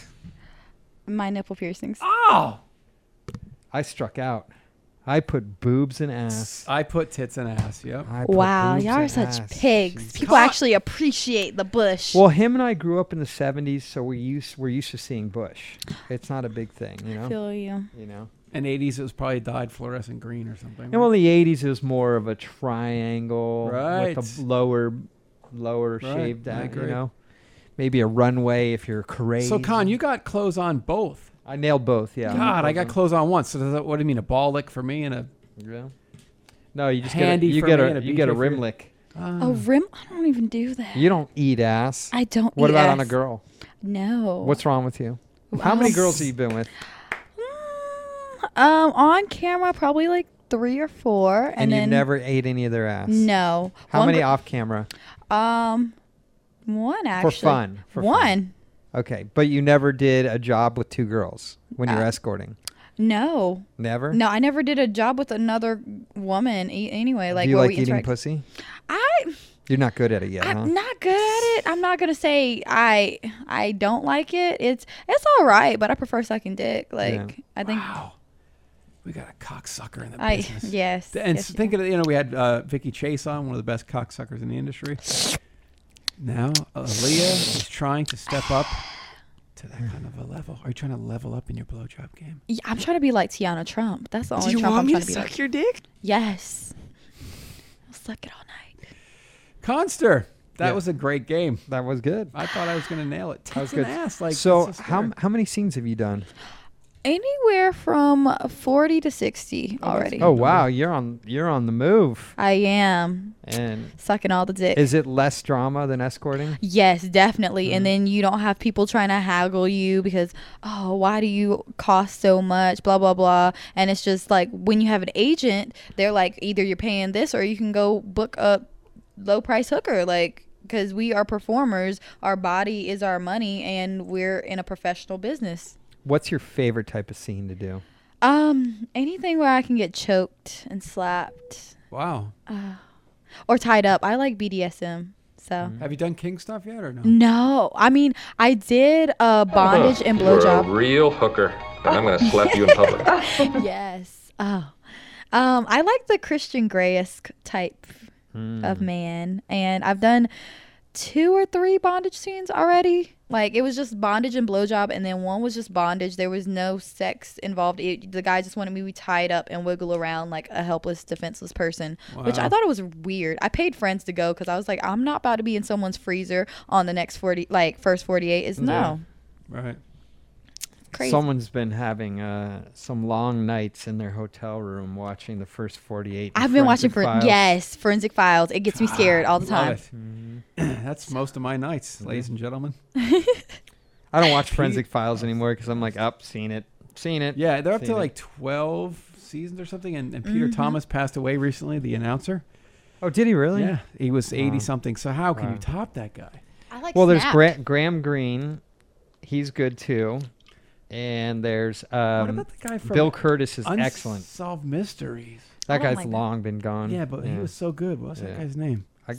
Speaker 5: My nipple piercings.
Speaker 4: I struck out. I put boobs and ass.
Speaker 2: I put tits and ass. Yep.
Speaker 4: I put
Speaker 5: Wow,
Speaker 4: boobs
Speaker 5: y'all are
Speaker 4: and
Speaker 5: such
Speaker 4: ass.
Speaker 5: pigs. People actually appreciate the bush.
Speaker 4: Well, him and I grew up in the '70s, so we used we're used to seeing bush. It's not a big thing, you know.
Speaker 5: Feel you.
Speaker 4: You know.
Speaker 2: In '80s, it was probably dyed fluorescent green or something.
Speaker 4: And well, in the '80s it was more of a triangle
Speaker 2: Right.
Speaker 4: with a lower, lower shaved.
Speaker 2: I
Speaker 4: down,
Speaker 2: agree.
Speaker 4: You know, maybe a runway if you're crazy.
Speaker 2: so, Khan, you got clothes on both.
Speaker 4: I nailed both. Yeah.
Speaker 2: God, I got
Speaker 4: Both
Speaker 2: clothes on once. So, does that, what do you mean, a ball lick for me and a?
Speaker 4: of them. Yeah. No, you just
Speaker 2: Handy
Speaker 4: get a, you
Speaker 2: for
Speaker 4: get
Speaker 2: me
Speaker 4: a,
Speaker 2: and a
Speaker 4: you get a
Speaker 2: BJ for
Speaker 4: rim
Speaker 2: you.
Speaker 4: lick.
Speaker 2: um,
Speaker 5: A rim? I don't even do that.
Speaker 4: Hmm. You don't eat ass.
Speaker 5: I don't.
Speaker 4: what
Speaker 5: eat
Speaker 4: about on a
Speaker 5: ass.
Speaker 4: girl?
Speaker 5: No.
Speaker 4: What's wrong with you? How many
Speaker 5: Um,
Speaker 4: girls have you been with?
Speaker 5: Mm, um on camera probably like three or four, and,
Speaker 4: And, you
Speaker 5: then
Speaker 4: never ate any of their ass.
Speaker 5: no.
Speaker 4: How
Speaker 5: One
Speaker 4: many
Speaker 5: gr-
Speaker 4: off camera?
Speaker 5: Um, one actually.
Speaker 4: fun, for fun.
Speaker 5: one.
Speaker 4: Okay, but you never did a job with two girls when you were
Speaker 5: Uh,
Speaker 4: escorting.
Speaker 5: No.
Speaker 4: Never.
Speaker 5: No, I never did a job with another woman. E- anyway, like
Speaker 4: Do you
Speaker 5: where
Speaker 4: like
Speaker 5: we
Speaker 4: eating
Speaker 5: interact-
Speaker 4: pussy?
Speaker 5: I
Speaker 4: You're not good at it yet, huh?
Speaker 5: I'm not good at it. I'm not gonna say I I don't like it. It's it's all right, but I prefer sucking dick. Like I think
Speaker 2: Wow, we got a cocksucker in the
Speaker 5: I
Speaker 2: business.
Speaker 5: yes.
Speaker 2: And
Speaker 5: yes,
Speaker 2: thinking of you know we had uh, Vicky Chase on, one of the best cocksuckers in the industry. Now Aaliyah is trying to step up to that kind of a level. Are you trying to level up in your blowjob game?
Speaker 5: Yeah, I'm trying to be like Tiana Trump. That's the only
Speaker 12: you
Speaker 5: Trump
Speaker 12: want
Speaker 5: I'm
Speaker 12: me
Speaker 5: trying
Speaker 12: to
Speaker 5: to be
Speaker 12: suck
Speaker 5: like.
Speaker 12: your dick?
Speaker 5: Yes. I'll suck it all night.
Speaker 2: Conster, that
Speaker 4: Yeah.
Speaker 2: was a great game.
Speaker 4: That was good.
Speaker 2: I thought I was going to nail it. Tits
Speaker 4: That was
Speaker 2: and
Speaker 4: good.
Speaker 2: ass, like
Speaker 4: so,
Speaker 2: it's just
Speaker 4: how
Speaker 2: there.
Speaker 4: how many scenes have you done?
Speaker 5: Anywhere from 40 to 60 already.
Speaker 4: Oh wow, you're on you're on the move.
Speaker 5: I am
Speaker 4: And
Speaker 5: sucking all the dick.
Speaker 4: is it less drama than escorting?
Speaker 5: Yes, definitely. And then you don't have people trying to haggle you because, oh, why do you cost so much? Blah, blah, blah. And it's just like when you have an agent, they're like, either you're paying this or you can go book a low price hooker. Like, because we are performers, our body is our money, and we're in a professional business.
Speaker 4: What's your favorite type of scene to do?
Speaker 5: Um, anything where I can get choked and slapped
Speaker 2: Wow.
Speaker 5: or tied up. I like BDSM. So.
Speaker 2: Have you done king stuff yet or no?
Speaker 5: Mm. No, I mean I did uh, bondage and blowjob.
Speaker 6: You're a real hooker, and I'm going to slap you in public.
Speaker 5: yes. Oh, um, I like the Christian Grey-esque type of
Speaker 4: Hmm.
Speaker 5: man, and I've done two or three bondage scenes already. Like it was just bondage and blowjob, and then one was just bondage. There was no sex involved. It, the guy just wanted me to be tied up and wiggle around like a helpless, defenseless person, which I
Speaker 2: Wow.
Speaker 5: thought it was weird. I paid friends to go because I was like, I'm not about to be in someone's freezer on the next forty, like first forty-eight. Is no.
Speaker 2: Right.
Speaker 1: Crazy.
Speaker 4: Someone's been having uh, some long nights in their hotel room watching the first 48.
Speaker 5: I've been watching for
Speaker 4: Forensic Files.
Speaker 5: yes, forensic files. It gets me scared all the time.
Speaker 2: Love
Speaker 4: Mm-hmm.
Speaker 2: it. (clears throat) That's most of my nights, ladies and gentlemen.
Speaker 4: I don't watch Forensic Files anymore because I'm like, up, seen it, seen it.
Speaker 2: Yeah, they're up
Speaker 4: seen
Speaker 2: to
Speaker 4: it."
Speaker 2: like 12 seasons or something, and, and Peter
Speaker 5: Mhm.
Speaker 2: Thomas passed away recently, the announcer.
Speaker 4: Oh, did he really?
Speaker 2: Yeah, he was 80
Speaker 4: Wow.
Speaker 2: something. So how can
Speaker 4: Wow.
Speaker 2: you top that guy?
Speaker 5: I like
Speaker 4: well, there's
Speaker 5: Snapped.
Speaker 4: Gra- Graham Greene. He's good too. And there's um,
Speaker 2: what about the guy from
Speaker 4: Bill Curtis is excellent.
Speaker 2: Unsolved Mysteries?
Speaker 4: That
Speaker 5: Oh my
Speaker 4: guy's
Speaker 5: God.
Speaker 4: long been gone.
Speaker 2: Yeah, but he was so good. What was that
Speaker 4: Yeah.
Speaker 2: guy's name?
Speaker 4: I,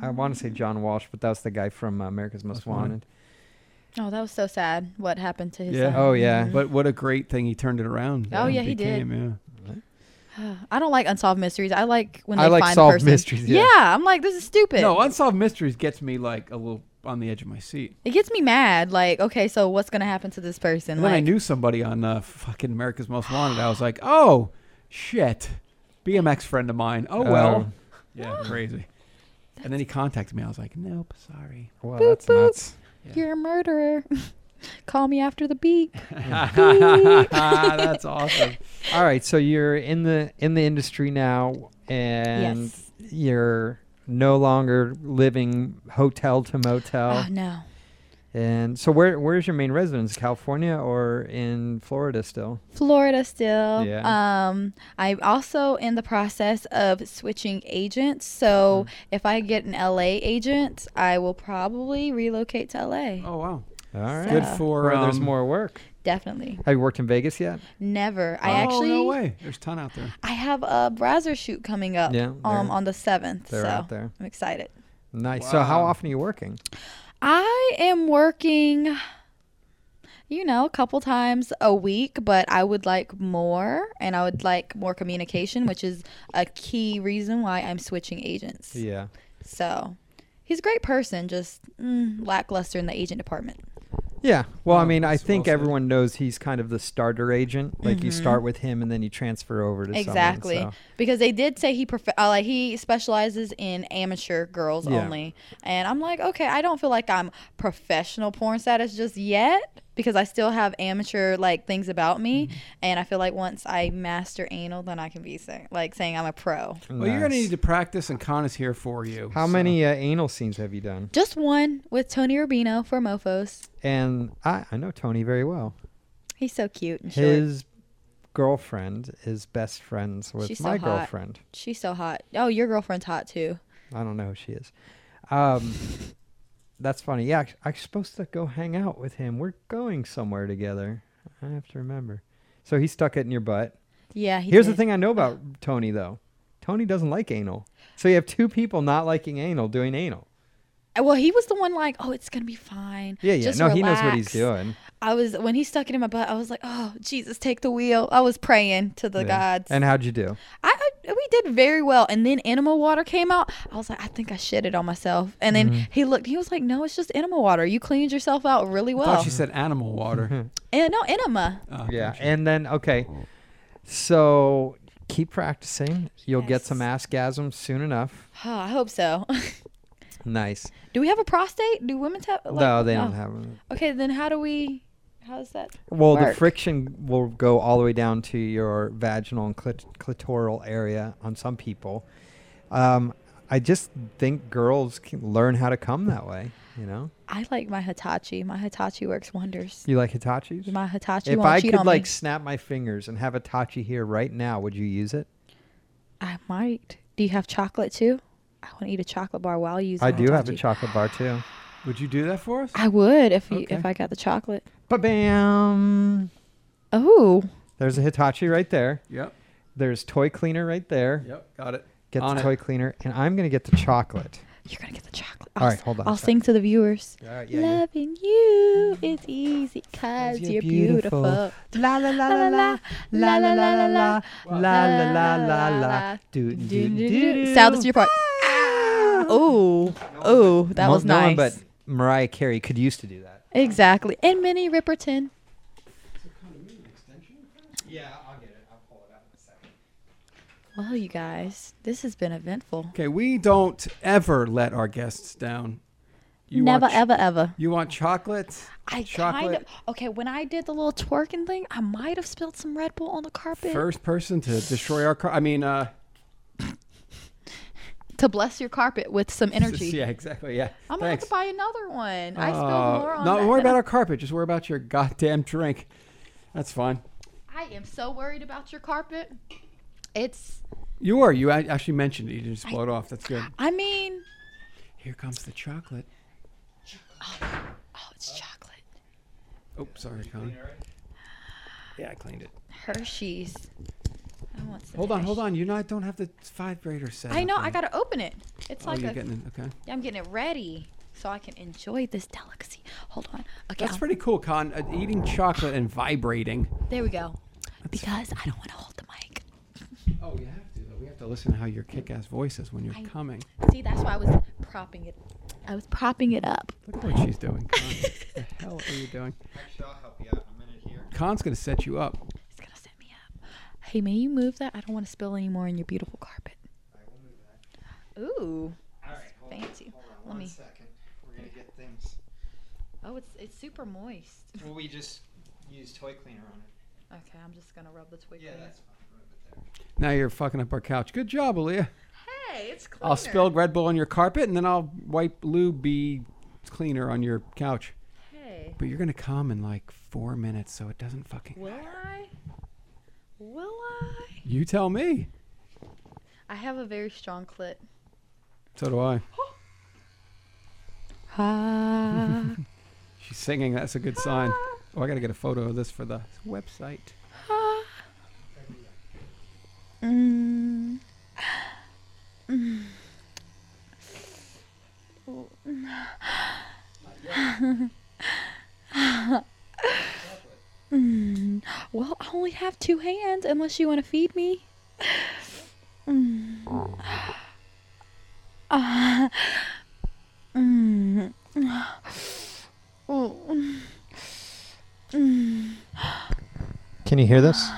Speaker 4: I want to say John Walsh, but that was the guy from uh, America's
Speaker 2: Most
Speaker 4: Most
Speaker 2: Wanted.
Speaker 4: Wanted.
Speaker 5: Oh, that was so sad. What happened to his?
Speaker 2: Yeah.
Speaker 5: son.
Speaker 4: Oh yeah.
Speaker 2: But what a great thing he turned it around.
Speaker 5: Oh,
Speaker 2: and
Speaker 5: yeah, he did.
Speaker 2: became, Yeah.
Speaker 5: (sighs) I don't like unsolved mysteries. I like when they
Speaker 4: I like
Speaker 5: find
Speaker 4: solved
Speaker 5: the person.
Speaker 4: mysteries, yeah.
Speaker 5: I'm like this is stupid.
Speaker 2: No, Unsolved Mysteries gets me like a little on the edge of my seat.
Speaker 5: it gets me mad. Like, okay, so what's gonna happen to this person?
Speaker 2: And
Speaker 5: like,
Speaker 2: then I knew somebody on uh, fucking America's Most Wanted. I was like, oh, shit. BMX friend of mine. Oh, well. Yeah, crazy. And then he contacted me. I was like, nope, sorry.
Speaker 4: Wow,
Speaker 5: Boop,
Speaker 4: that's
Speaker 5: boop.
Speaker 4: nuts.
Speaker 5: you're a murderer. (laughs) Call me after the
Speaker 4: Oh.
Speaker 5: beep.
Speaker 2: (laughs) That's awesome.
Speaker 4: All right, so you're in the in the industry now, and
Speaker 5: Yes.
Speaker 4: you're no longer living hotel to motel.
Speaker 5: Oh no.
Speaker 4: And so, where where's your main residence? California or in Florida still?
Speaker 5: Florida still.
Speaker 4: Yeah.
Speaker 5: Um, I'm also in the process of switching agents. So
Speaker 4: Mm-hmm.
Speaker 5: if I get an LA agent, I will probably relocate to LA.
Speaker 2: Oh, wow.
Speaker 4: All right,
Speaker 2: Good
Speaker 5: So-
Speaker 2: for.
Speaker 4: Where
Speaker 2: Um,
Speaker 4: there's more work.
Speaker 5: Definitely.
Speaker 4: Have you worked in Vegas yet?
Speaker 5: Never.
Speaker 2: oh,
Speaker 5: I actually
Speaker 2: no way. There's a ton out there.
Speaker 5: I have a browser shoot coming up
Speaker 4: Yeah,
Speaker 5: um
Speaker 4: they're-
Speaker 5: on the 7th.
Speaker 4: they're
Speaker 5: so
Speaker 4: out there.
Speaker 5: I'm excited.
Speaker 4: Nice. So, how
Speaker 2: Wow.
Speaker 4: often are you working?
Speaker 5: I am working, you know, a couple times a week, but I would like more and I would like more communication, which is a key reason why I'm switching agents.
Speaker 4: Yeah.
Speaker 5: So he's a great person, just mm, lackluster in the agent department.
Speaker 4: Yeah. Well, I
Speaker 2: Wow,
Speaker 4: mean, I
Speaker 2: that's well
Speaker 4: think
Speaker 2: said. Mm-hmm.
Speaker 4: everyone knows he's kind of the starter agent. Like you start with him, and then you transfer over to someone,
Speaker 5: Exactly.
Speaker 4: so-
Speaker 5: Because they did say he prof- uh, like he specializes in amateur girls
Speaker 4: Yeah.
Speaker 5: only. And I'm like, okay, I don't feel like I'm professional porn status just yet because I still have amateur like things about me
Speaker 4: Mm-hmm.
Speaker 5: and I feel like once I master anal then I can be saying like saying I'm a pro.
Speaker 2: Well, you're going to
Speaker 4: Nice.
Speaker 2: need to practice, and Con is here for you.
Speaker 4: How
Speaker 2: so-
Speaker 4: many uh, anal scenes have you done?
Speaker 5: Just one with Tony Urbino for Mofos.
Speaker 4: And I, I know Tony very well.
Speaker 5: He's so cute and short.
Speaker 4: His girlfriend is best friends with
Speaker 5: She's so
Speaker 4: my
Speaker 5: hot.
Speaker 4: girlfriend.
Speaker 5: She's so hot. Oh, your girlfriend's hot too.
Speaker 4: I don't know who she is. Um, that's funny. Yeah, I- I'm supposed to go hang out with him. We're going somewhere together. I have to remember. So he stuck it in your butt.
Speaker 5: Yeah, he
Speaker 4: Here's the
Speaker 5: did.
Speaker 4: thing I know about Tony though. Tony doesn't like anal. So you have two people not liking anal doing anal.
Speaker 5: Uh, Well, he was the one like, "Oh, it's gonna be fine."
Speaker 4: Yeah, yeah.
Speaker 5: Just
Speaker 4: no, he knows what he's
Speaker 5: relax."
Speaker 4: doing.
Speaker 5: I was when he stuck it in my butt. I was like, "Oh, Jesus, take the wheel." I was praying to the
Speaker 4: Yeah.
Speaker 5: gods.
Speaker 4: And how'd you do?
Speaker 5: I, I we did very well. And then animal water came out. I was like, "I think I shitted on myself." And
Speaker 4: Mm-hmm.
Speaker 5: then he looked. He was like, "No, it's just animal water. You cleaned yourself out really
Speaker 2: I thought
Speaker 5: well."
Speaker 2: she said animal
Speaker 4: (laughs)
Speaker 2: water.
Speaker 5: And no enema.
Speaker 2: Oh,
Speaker 4: Yeah,
Speaker 2: gotcha.
Speaker 4: and then okay, so keep practicing. You'll get some askasm soon enough.
Speaker 5: Oh, I hope so. (laughs)
Speaker 4: Nice.
Speaker 5: do we have a prostate? Do women have? like-
Speaker 4: no, they
Speaker 5: oh.
Speaker 4: don't have them.
Speaker 5: Okay, then how do we? How's that?
Speaker 4: Well, the
Speaker 5: work?
Speaker 4: friction will go all the way down to your vaginal and clit- clitoral area on some people. Um, I just think girls can learn how to come that way. You know,
Speaker 5: I like my Hitachi. My Hitachi works wonders.
Speaker 4: you like hitachis.
Speaker 5: My Hitachi
Speaker 4: if
Speaker 5: won't
Speaker 4: I
Speaker 5: cheat
Speaker 4: could
Speaker 5: on
Speaker 4: like
Speaker 5: me.
Speaker 4: snap my fingers and have a tachi here right now, would you use it?
Speaker 5: I might. Do you have chocolate too? I want to eat a chocolate bar while you.
Speaker 4: I do have a chocolate bar too.
Speaker 2: Would you do that for us?
Speaker 5: I would if you,
Speaker 2: Okay.
Speaker 5: if I got the chocolate.
Speaker 4: Ba bam.
Speaker 5: Oh,
Speaker 4: There's a Hitachi right there.
Speaker 2: Yep.
Speaker 4: There's toy cleaner right there.
Speaker 2: Yep. Got it.
Speaker 4: Get
Speaker 2: On
Speaker 4: the
Speaker 2: it.
Speaker 4: toy cleaner, and I'm gonna get the chocolate.
Speaker 5: you're gonna get the chocolate.
Speaker 4: All
Speaker 5: I'll,
Speaker 4: right,
Speaker 5: s-
Speaker 4: hold on a
Speaker 5: I'll
Speaker 4: sec.
Speaker 5: sing to the viewers.
Speaker 4: All right, yeah, yeah.
Speaker 5: Loving you is easy because you're, beautiful.
Speaker 4: La la la la la la la la la la la la la la la. Do do do do.
Speaker 5: Sal, this is your part. Oh, oh, that
Speaker 4: No-
Speaker 5: was
Speaker 4: Ah! no
Speaker 5: nice.
Speaker 4: one but Mariah Carey could used to do that.
Speaker 5: exactly, and Minnie Riperton.
Speaker 4: Yeah, I'll get it. I'll pull it out in a second.
Speaker 5: Well, you guys, this has been eventful.
Speaker 2: Okay, we don't ever let our guests down. You
Speaker 5: Never,
Speaker 2: want ch-
Speaker 5: ever, ever.
Speaker 2: You want chocolate?
Speaker 5: I
Speaker 2: chocolate.
Speaker 5: kind of okay. When I did the little twerking thing, I might have spilled some Red Bull on the carpet
Speaker 2: First person to destroy our car. I mean, uh,
Speaker 5: to bless your carpet with some energy.
Speaker 2: (laughs) yeah, exactly. Yeah.
Speaker 5: I'm gonna
Speaker 2: Thanks.
Speaker 5: have to buy another one. I
Speaker 2: Uh,
Speaker 5: spilled more on
Speaker 2: No,
Speaker 5: that
Speaker 2: worry
Speaker 5: than
Speaker 2: about our carpet. Just worry about your goddamn drink. That's fine.
Speaker 5: I I am so worried about your carpet. It's.
Speaker 2: You were. You a- actually mentioned it. You didn't just blow it off. That's good.
Speaker 5: I mean,
Speaker 2: Here comes the chocolate.
Speaker 5: oh, it's chocolate.
Speaker 2: Oh, sorry, Colin. Yeah, I cleaned it.
Speaker 5: Hershey's. I want some.
Speaker 2: Hold on, hold
Speaker 5: Hershey-
Speaker 2: on. You know I don't have the vibrator set.
Speaker 5: I
Speaker 2: up
Speaker 5: know. I
Speaker 2: yet.
Speaker 5: gotta open it. It's
Speaker 2: Oh,
Speaker 5: like
Speaker 2: you're
Speaker 5: a.
Speaker 2: getting it. Okay.
Speaker 5: yeah, I'm getting it ready so I can enjoy this delicacy. Hold on. Okay.
Speaker 2: That's
Speaker 5: I'll-
Speaker 2: pretty cool, Con. Uh, eating chocolate and vibrating.
Speaker 5: there we go. Because I don't want to hold the mic.
Speaker 2: Oh, we have to. though. We have to listen to how your kick-ass voice is when you're coming.
Speaker 5: See, that's why I was propping it. I was propping it up.
Speaker 2: Look at what she's doing. Con. (laughs) the hell are you doing? Con's gonna set you up.
Speaker 5: It's gonna set me up. Hey, may you move that? I don't want to spill any more on your beautiful carpet. Ooh, fancy. Let me.
Speaker 4: second. We're gonna get things.
Speaker 5: Oh, it's it's super moist.
Speaker 4: Well, we just use toy cleaner on it.
Speaker 5: Okay, I'm just gonna rub the twig. in it.
Speaker 2: Now you're fucking up our couch. Good job, Aaliyah.
Speaker 5: Hey, it's cleaner.
Speaker 2: I'll spill Red Bull on your carpet, and then I'll wipe lube cleaner on your couch.
Speaker 5: Hey,
Speaker 2: But you're gonna come in like four minutes, so it doesn't fucking.
Speaker 5: will I? Will I?
Speaker 2: You tell me.
Speaker 5: I have a very strong clit.
Speaker 2: So do I.
Speaker 5: Ah,
Speaker 2: She's singing. That's a good sign. Oh, I gotta get a photo of this for the website.
Speaker 5: Mm. (laughs) well, I only have two hands unless you want to feed me. Mm. (sighs) Mm.
Speaker 4: Can you hear
Speaker 5: (laughs)
Speaker 4: this?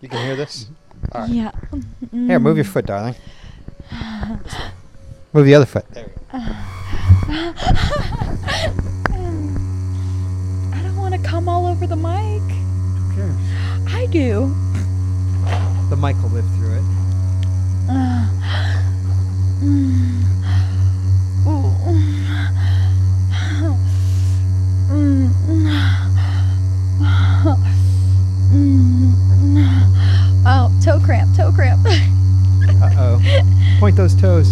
Speaker 4: You can hear this.
Speaker 5: Yeah.
Speaker 4: Here, move your
Speaker 5: Hmm.
Speaker 4: foot, darling. Move the other foot.
Speaker 5: I don't want to come all over the mic. I do.
Speaker 4: The mic will live through it.
Speaker 5: Oh, Oh, toe cramp, toe cramp.
Speaker 4: Uh
Speaker 5: (laughs)
Speaker 4: oh. Point those toes.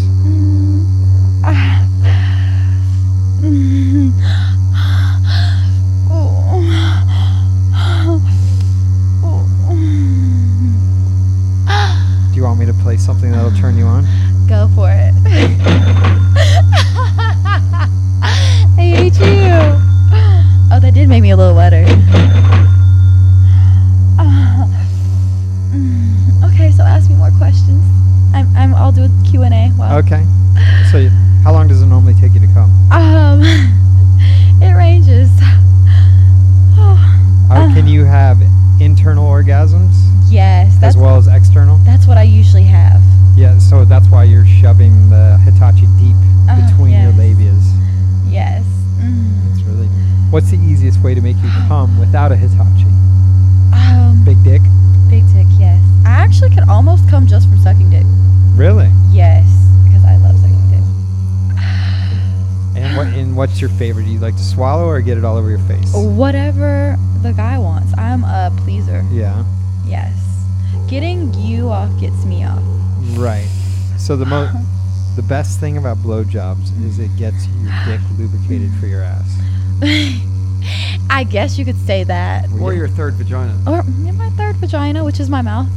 Speaker 4: Do you want me to play something that'll turn you on?
Speaker 5: Go for it. (laughs) I hate you. Oh, that did make me a little wetter. (sighs) Okay, so ask me more questions. I'm, I'm I'll do a Q and A. Wow.
Speaker 4: Okay. So, you, how long does it normally take you to come?
Speaker 5: Um, (laughs) it ranges. (sighs) Oh,
Speaker 4: Or Uh, can you have internal orgasms
Speaker 5: yes, that's
Speaker 4: as well as external?
Speaker 5: that's what I usually have.
Speaker 4: Yeah. So that's why you're shoving the Hitachi deep
Speaker 5: Oh,
Speaker 4: between your
Speaker 5: yes.
Speaker 4: labias.
Speaker 5: Yes. Mm.
Speaker 4: It's really. What's the easiest way to make you come without a Hitachi?
Speaker 5: Um,
Speaker 4: Big dick.
Speaker 5: big dick. Yes. I actually could almost come just from sucking dick.
Speaker 4: Really?
Speaker 5: Yes, because I love sucking dick.
Speaker 4: And what? And what's your favorite? Do you like to swallow or get it all over your face?
Speaker 5: Oh. Whatever the guy wants, I'm a pleaser.
Speaker 4: Yeah.
Speaker 5: Yes. Getting you off gets me off. (laughs)
Speaker 4: Right. So the mo- the best thing about blowjobs is it gets your dick lubricated for your ass.
Speaker 5: I guess you could say that.
Speaker 2: Or your third vagina.
Speaker 5: Or in my third vagina, which is my mouth. (laughs)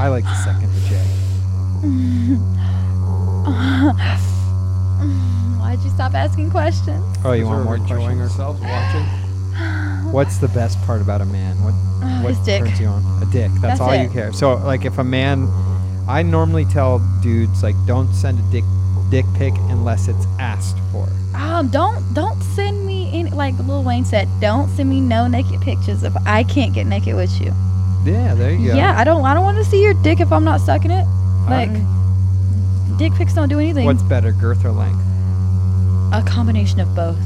Speaker 4: I like the second vajay.
Speaker 5: Why'd you stop asking questions?
Speaker 4: Oh, you want
Speaker 2: We're
Speaker 4: more
Speaker 2: enjoying
Speaker 4: questions?
Speaker 2: ourselves watching.
Speaker 5: (sighs)
Speaker 4: What's the best part about a man? What what
Speaker 5: His dick.
Speaker 4: turns you on? A dick. That's,
Speaker 5: That's
Speaker 4: all you
Speaker 5: it.
Speaker 4: care. So like if a man I normally tell dudes like don't send a dick dick pic unless it's asked for.
Speaker 5: Um, don't don't send me any like Lil Wayne said, don't send me no naked pictures if I can't get naked with you.
Speaker 4: Yeah, there you go.
Speaker 5: Yeah, I don't I don't want to see your dick if I'm not sucking it.
Speaker 4: All
Speaker 5: Like
Speaker 4: right.
Speaker 5: dick pics don't do anything.
Speaker 4: What's better, girth or length? Mm-hmm.
Speaker 5: a combination of both.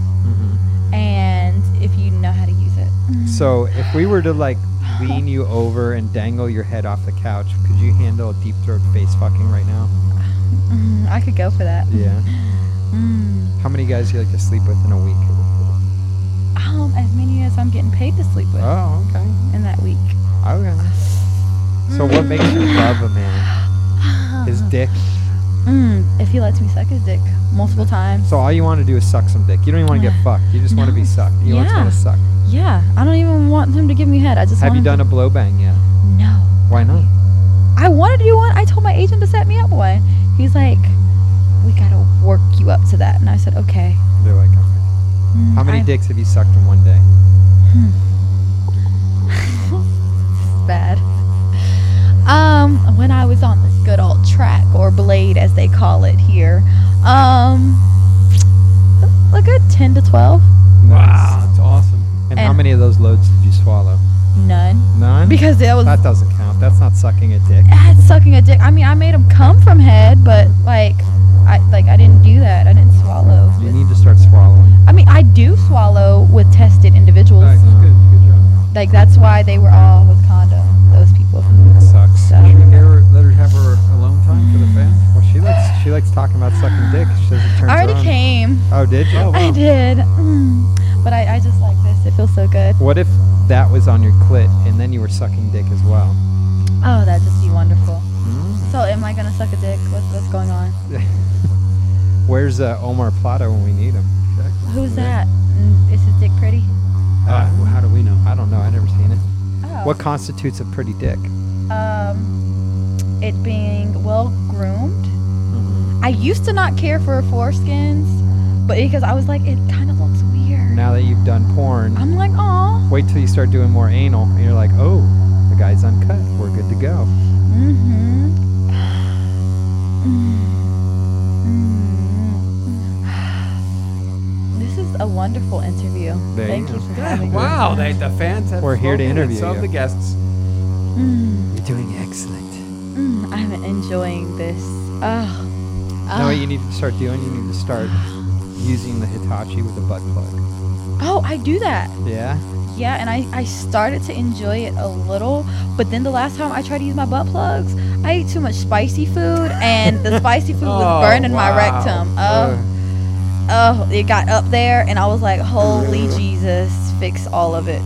Speaker 5: And if you know how to use it.
Speaker 4: So if we were to like lean you over and dangle your head off the couch, could you handle a deep throat face fucking right now?
Speaker 5: Mm, I could go for that.
Speaker 4: Yeah.
Speaker 5: Mm,
Speaker 4: How many guys do you like to sleep with in a week?
Speaker 5: um, as many as I'm getting paid to sleep with
Speaker 4: Oh, okay.
Speaker 5: in that week.
Speaker 4: Okay. So what makes you love a man?
Speaker 5: (sighs)
Speaker 4: His dick.
Speaker 5: Mm, if he lets me suck his dick multiple times.
Speaker 4: So all you want to do is suck some dick. You don't even want to get fucked. You just want to be sucked. You just want to
Speaker 5: Yeah.
Speaker 4: suck.
Speaker 5: Yeah, I don't even want him to give me head. I just
Speaker 4: Have
Speaker 5: want
Speaker 4: you
Speaker 5: him
Speaker 4: done a blow bang yet?
Speaker 5: To, no.
Speaker 4: Why not?
Speaker 5: I wanted to do one. I told my agent to set me up one. He's like, we gotta work you up to that. And I said, okay.
Speaker 4: They're like, "All right."
Speaker 5: Mm,
Speaker 4: how many
Speaker 5: I've-
Speaker 4: dicks have you sucked in one day?
Speaker 5: It's bad. Um, when I was on the good old track or blade, as they call it here, um, a good ten to twelve.
Speaker 2: Wow, that's awesome.
Speaker 4: And, how
Speaker 5: And-
Speaker 4: many of those loads did you swallow?
Speaker 5: None,
Speaker 4: None.
Speaker 5: because that was
Speaker 4: that doesn't count. That's not sucking a dick.
Speaker 5: that's sucking a dick. I mean, I made him come from head, but like, I like I didn't do that. I didn't swallow.
Speaker 4: You
Speaker 5: with-
Speaker 4: need to start swallowing.
Speaker 5: I mean, I do swallow with tested individuals.
Speaker 2: Nice, good, good job.
Speaker 5: Like that's why they were all with condom. Those people.
Speaker 4: That sucks.
Speaker 5: So-
Speaker 2: Should we get her, let her have her alone time for the fan?
Speaker 4: Well, she likes she likes talking about sucking dick. She says it turns
Speaker 5: I
Speaker 4: her
Speaker 5: already
Speaker 4: on.
Speaker 5: came.
Speaker 4: Oh, did you?
Speaker 2: Oh, wow.
Speaker 5: I did. Mm. But I, I just like this. It feels so good.
Speaker 4: What if that was on your clit and then you were sucking dick as well?
Speaker 5: Oh, that'd just be wonderful. So, am I gonna suck a dick? What's, what's going on?
Speaker 4: Where's uh, Omar Plata when we need him?
Speaker 5: Who's that? Mm, Is his dick pretty?
Speaker 2: Uh, well, how do we know?
Speaker 4: I don't know. I never seen it.
Speaker 5: Oh.
Speaker 4: What constitutes a pretty dick?
Speaker 5: Um, it being well groomed.
Speaker 2: Mm-hmm.
Speaker 5: I used to not care for foreskins, but because I was like, it kind of looks weird.
Speaker 4: Now that you've done porn,
Speaker 5: I'm like, oh.
Speaker 4: wait till you start doing more anal, and you're like, oh, the guy's uncut. We're good to go.
Speaker 5: Mm-hmm. (sighs) Mm-hmm. (sighs) This is a wonderful interview.
Speaker 4: There
Speaker 5: Thank
Speaker 4: you
Speaker 5: you
Speaker 4: go.
Speaker 5: for having me.
Speaker 2: Wow, they, the fans have
Speaker 4: We're here to
Speaker 2: spoken and
Speaker 4: interview
Speaker 2: so have the
Speaker 4: you.
Speaker 2: guests.
Speaker 4: You're doing excellent.
Speaker 5: Mm, I'm enjoying this. Oh,
Speaker 4: Now what you need to start doing? You need to start using the Hitachi with a butt plug.
Speaker 5: oh, I do that.
Speaker 4: Yeah.
Speaker 5: Yeah, and I, I started to enjoy it a little, but then the last time I tried to use my butt plugs, I ate too much spicy food, and the spicy food
Speaker 2: Oh,
Speaker 5: was burning my
Speaker 2: wow.
Speaker 5: rectum. Oh, oh, it got up there, and I was like, holy Jesus, fix all of it.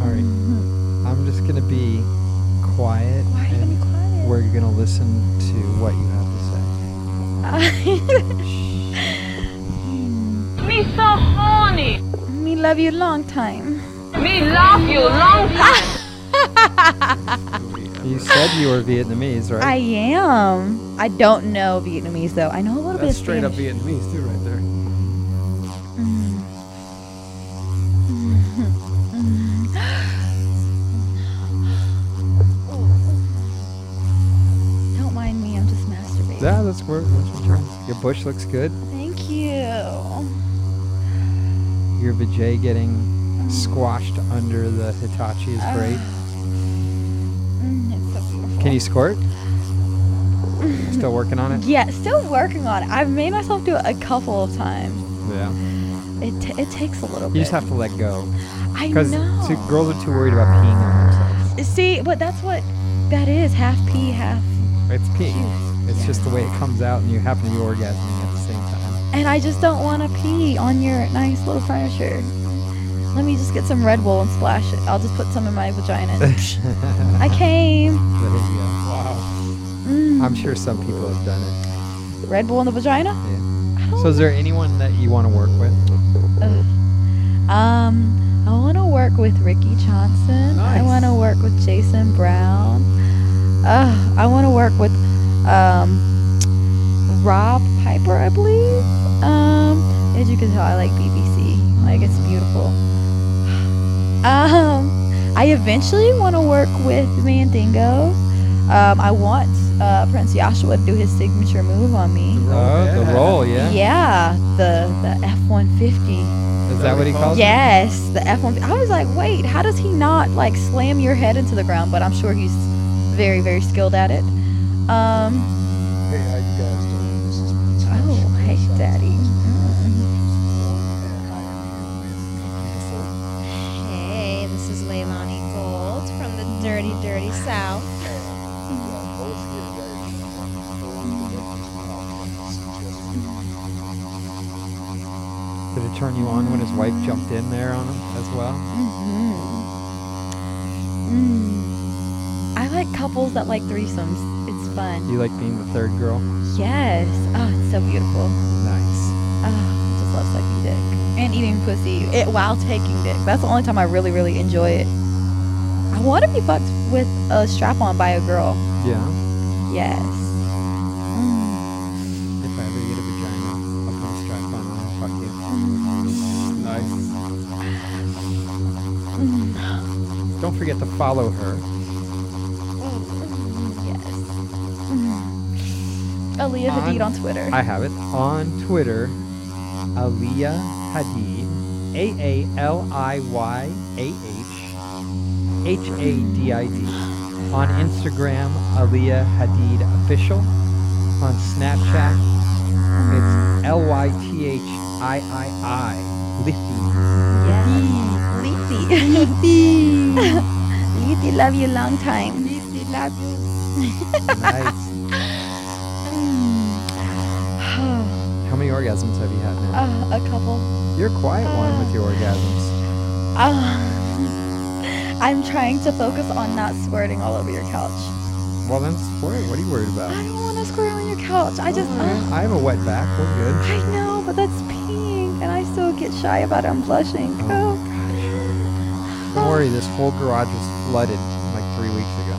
Speaker 4: All right. I'm just gonna be quiet.
Speaker 5: Mm-hmm. Why are you
Speaker 4: and We're
Speaker 5: gonna
Speaker 4: gonna listen to what you have to say.
Speaker 5: be quiet? (laughs) Hmm.
Speaker 12: Me so horny.
Speaker 5: Me love you long time.
Speaker 12: Me love you long time.
Speaker 4: You said you were Vietnamese, right?
Speaker 5: I am. I don't know Vietnamese though. I know a little bit of
Speaker 2: That's straight up
Speaker 5: Spanish.
Speaker 2: Vietnamese too, right there.
Speaker 5: Don't mind me. I'm just masturbating.
Speaker 4: yeah, that's where. that's your turn. Your bush looks good.
Speaker 5: Thank you.
Speaker 4: Your vajay getting
Speaker 5: Mm-hmm.
Speaker 4: squashed under the Hitachi is great.
Speaker 5: Uh, Mm, it's so beautiful.
Speaker 4: Can you
Speaker 5: (laughs)
Speaker 4: squirt? Still working on it?
Speaker 5: Yeah, still working on it. I've made myself do it a couple of times.
Speaker 4: Yeah.
Speaker 5: It, t- it takes a little bit.
Speaker 4: You just have to let go.
Speaker 5: I
Speaker 4: Because
Speaker 5: know.
Speaker 4: girls are too worried about peeing on themselves.
Speaker 5: See, but that's what that is. Half pee, half.
Speaker 4: It's pee. It's
Speaker 5: Yeah.
Speaker 4: just the way it comes out, and you happen to be orgasming at the same (laughs) time.
Speaker 5: And I just don't want to pee on your nice little furniture. Let me just get some Red Bull and splash it. I'll just put some in my vagina.
Speaker 4: (laughs)
Speaker 5: I came.
Speaker 4: There you go.
Speaker 2: Wow.
Speaker 5: Mm,
Speaker 4: I'm sure some people have done it.
Speaker 5: Red Bull in the vagina?
Speaker 4: Yeah. So, is there anyone that you want to work with?
Speaker 5: Um, I want to work with Ricky Johnson. I
Speaker 2: Nice.
Speaker 5: want to work with Jason Brown. Uh, I want to work with um, Rob Piper, I believe. Um, as you can tell, I like BBC. Like it's beautiful. (sighs) Um, I eventually want to work with Mandingo. Um, I want uh, Prince Joshua to do his signature move on me.
Speaker 2: roll,
Speaker 4: oh, the
Speaker 2: yeah.
Speaker 4: roll, yeah.
Speaker 5: Yeah, the the F one fifty.
Speaker 4: Is that what he calls it?
Speaker 5: Yes, the F1. I was like, wait, how does he not like slam your head into the ground? But I'm sure he's very, very skilled at it. Um,
Speaker 13: Hey, how you guys doing? This is
Speaker 5: oh, hey, Daddy.
Speaker 14: Hey, this is Leilani Gold from the Dirty, Dirty South.
Speaker 4: Did it turn you on when his wife jumped in there on him as well?
Speaker 5: Mm-hmm. Mm. I like couples that like threesomes. It's fun.
Speaker 4: You like being the third girl?
Speaker 5: Yes. Oh, it's so beautiful.
Speaker 4: Nice.
Speaker 5: Oh, just love sucking dick and eating pussy it, while taking dick. That's the only time I really, really enjoy it. I want to be fucked with a strap on by a girl.
Speaker 4: Yeah.
Speaker 5: Yes. Mm.
Speaker 4: If I ever get a vagina, I'll put a strap on and fuck you. (sighs) Nice. Don't forget to follow her.
Speaker 5: Aaliyah Hadid on Twitter.
Speaker 4: I have it on Twitter. Aliyah Hadid, A A L I Y A H H A D I D. On Instagram, Aliyah Hadid official. On Snapchat, it's L Y T H I I I
Speaker 5: Yes. (laughs) Leafy. Leafy. love you long time. Leafy, love (sighs) you. (laughs)
Speaker 4: Nice. How many orgasms have you had now?
Speaker 5: Uh, a couple.
Speaker 4: You're a quiet one with your orgasms.
Speaker 5: Uh, Ah. (laughs) I'm trying to focus on not squirting all over your couch.
Speaker 4: Well, then, squirt. What are you worried about?
Speaker 5: I don't want to squirt on your couch. I just, uh,
Speaker 4: I have a wet back. We're good.
Speaker 5: I know, but that's pink, and I still get shy about it. I'm blushing. Oh,
Speaker 4: Don't worry, this whole garage was flooded like three weeks ago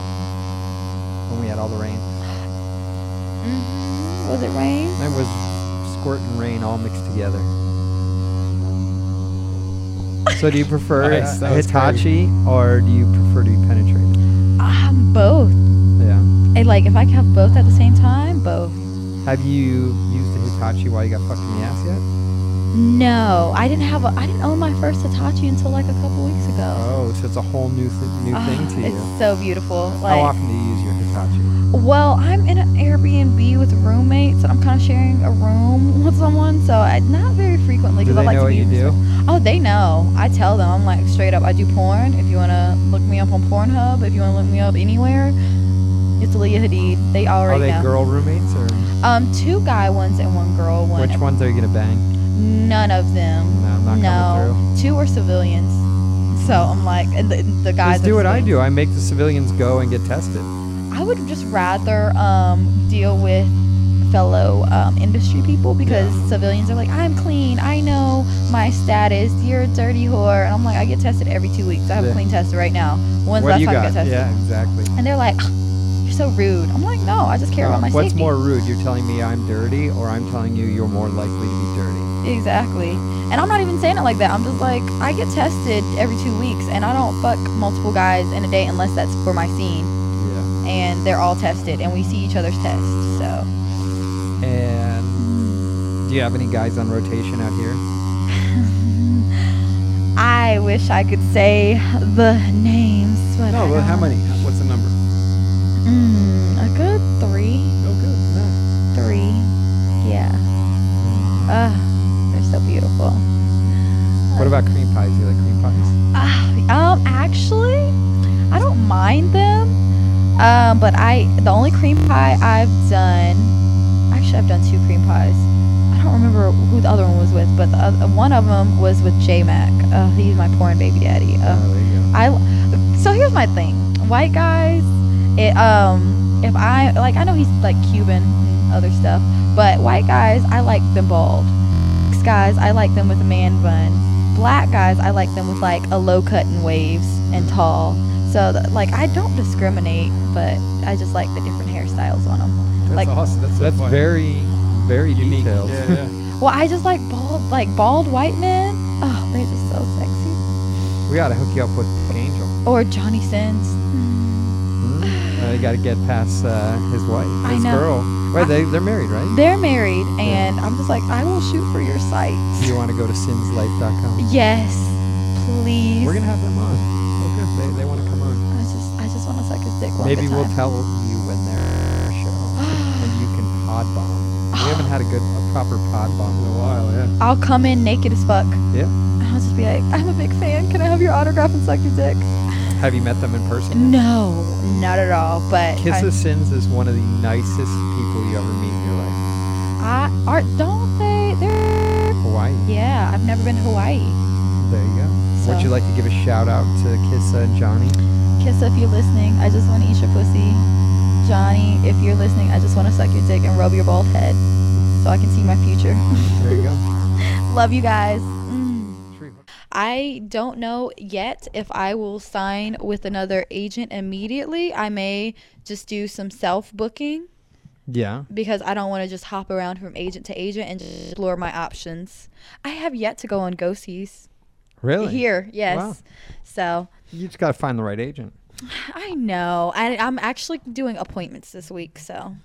Speaker 4: when we had all the rain.
Speaker 5: was it rain?
Speaker 4: It was squirt and rain all mixed together. So, do you prefer
Speaker 5: (laughs) Nice,
Speaker 4: a
Speaker 5: that was
Speaker 4: Hitachi or do you prefer to be penetrated?
Speaker 5: Um, both.
Speaker 4: Yeah.
Speaker 5: And like, if I can have both at the same time, both.
Speaker 4: Have you used a Hitachi while you got fucked in the ass yet?
Speaker 5: No, I didn't have. A, I didn't own my first Hitachi until like a couple weeks ago.
Speaker 4: Oh, so it's a whole new th- new
Speaker 5: Ah,
Speaker 4: thing to you.
Speaker 5: It's so beautiful.
Speaker 4: How
Speaker 5: Like,
Speaker 4: often do you use your Hitachi?
Speaker 5: well, I'm in an Airbnb with roommates, and I'm kind of sharing a room (laughs) with someone, so I, not very frequently.
Speaker 4: Do
Speaker 5: 'cause I
Speaker 4: they
Speaker 5: like
Speaker 4: know
Speaker 5: to
Speaker 4: what
Speaker 5: be
Speaker 4: you do?
Speaker 5: Oh, they know. I tell them. I'm like straight up. I do porn. If you wanna look me up on Pornhub, if you wanna look me up anywhere, it's Leah Hadid. They
Speaker 4: Are
Speaker 5: already
Speaker 4: Oh, they
Speaker 5: know.
Speaker 4: girl roommates or
Speaker 5: Um, two guy ones and one girl one.
Speaker 4: which ones are you gonna bang?
Speaker 5: None of them.
Speaker 4: No, I'm not coming
Speaker 5: no, two are civilians. So I'm like, and the, the guys.
Speaker 4: Just do what I do. I make the civilians go and get tested.
Speaker 5: I would just rather um, deal with fellow um, industry people because civilians are like, I'm clean, I know my status, you're a dirty whore. And I'm like, I get tested every two weeks. I have
Speaker 4: Yeah.
Speaker 5: a clean test right now. When's the
Speaker 4: what
Speaker 5: last
Speaker 4: do you
Speaker 5: time I
Speaker 4: got?
Speaker 5: got tested?
Speaker 4: Yeah, exactly.
Speaker 5: And they're like, you're so rude. I'm like, no, I just care
Speaker 4: Uh,
Speaker 5: about my
Speaker 4: What's
Speaker 5: safety.
Speaker 4: more rude? You're telling me I'm dirty, or I'm telling you you're more likely to be dirty?
Speaker 5: Exactly. And I'm not even saying it like that. I'm just like, I get tested every two weeks and I don't fuck multiple guys in a day unless that's for my scene.
Speaker 4: Yeah.
Speaker 5: And they're all tested and we see each other's tests. So
Speaker 4: Mm. And do you have any guys on rotation out here?
Speaker 5: I wish I could say the names. But I
Speaker 2: No, but how
Speaker 5: don't.
Speaker 2: many? What's the number?
Speaker 5: Mm, a good three.
Speaker 2: Oh, good. Nice.
Speaker 5: Three. Yeah. Ugh, they're so beautiful.
Speaker 4: What about cream pies? You like cream pies?
Speaker 5: Uh, um, actually, I don't mind them. Um, but I the only cream pie I've done, actually I've done two cream pies. I don't remember who the other one was with, but the other, one of them was with J Mac. Uh, he's my porn baby daddy. Uh,
Speaker 4: Oh, there you
Speaker 5: I so here's my thing, white guys. It um, if I like, I know he's like Cuban and other stuff, but white guys, I like them bald. Mixed guys, I like them with a man bun. Black guys, I like them with like a low cut and waves and tall. So th- like, I don't discriminate, but I just like the different hairstyles on them.
Speaker 2: That's
Speaker 5: Like-
Speaker 2: awesome. That's,
Speaker 4: go.
Speaker 2: so
Speaker 4: That's
Speaker 2: fun.
Speaker 4: very, very
Speaker 2: unique.
Speaker 4: detailed.
Speaker 2: Yeah, yeah.
Speaker 5: Well, I just like bald, like bald white men. Oh, they're just so sexy.
Speaker 4: we gotta hook you up with Angel.
Speaker 5: (sighs) Or Johnny Sins.
Speaker 4: Mm, Uh, you got to get past uh, his wife,
Speaker 5: I
Speaker 4: his
Speaker 5: know.
Speaker 4: girl. Wait, they they're married, right?
Speaker 5: They're married, and I'm just like, I will shoot for your sites.
Speaker 4: You want to go to sinslife.com?
Speaker 5: Yes, please.
Speaker 4: We're gonna have them on. Oh, good. They, they want to come on.
Speaker 5: I just, I just want to suck his dick one
Speaker 4: Maybe we'll tell
Speaker 5: time.
Speaker 4: you when they're show, (gasps) and you can pod bomb. We haven't had a good, a proper pod bomb in a while. Yeah.
Speaker 5: I'll come in naked as fuck.
Speaker 4: Yeah.
Speaker 5: And I'll just be like, I'm a big fan. Can I have your autograph and suck your dick?
Speaker 4: Have you met them in person?
Speaker 5: No, not at all. But
Speaker 4: Kiss
Speaker 5: I,
Speaker 4: of Sins is one of the nicest people you ever meet in your life.
Speaker 5: I are don't they? They're
Speaker 4: Hawaii.
Speaker 5: yeah. I've never been to Hawaii.
Speaker 4: There you go.
Speaker 5: So-
Speaker 4: Would you like to give a shout out to Kissa and Johnny?
Speaker 5: Kissa, if you're listening, I just want to eat your pussy. Johnny, if you're listening, I just want to suck your dick and rub your bald head so I can see my future. (laughs)
Speaker 4: There you go.
Speaker 5: Love you guys. Mm.
Speaker 4: (laughs)
Speaker 5: I don't know yet if I will sign with another agent immediately. I may just do some self booking
Speaker 4: Yeah.
Speaker 5: because I don't want to just hop around from agent to agent and just explore my options. I have yet to go on Ghosties.
Speaker 4: Really?
Speaker 5: Here, yes.
Speaker 4: Wow.
Speaker 5: So
Speaker 4: You just got to find the right agent.
Speaker 5: I know. I, I'm actually doing appointments this week, so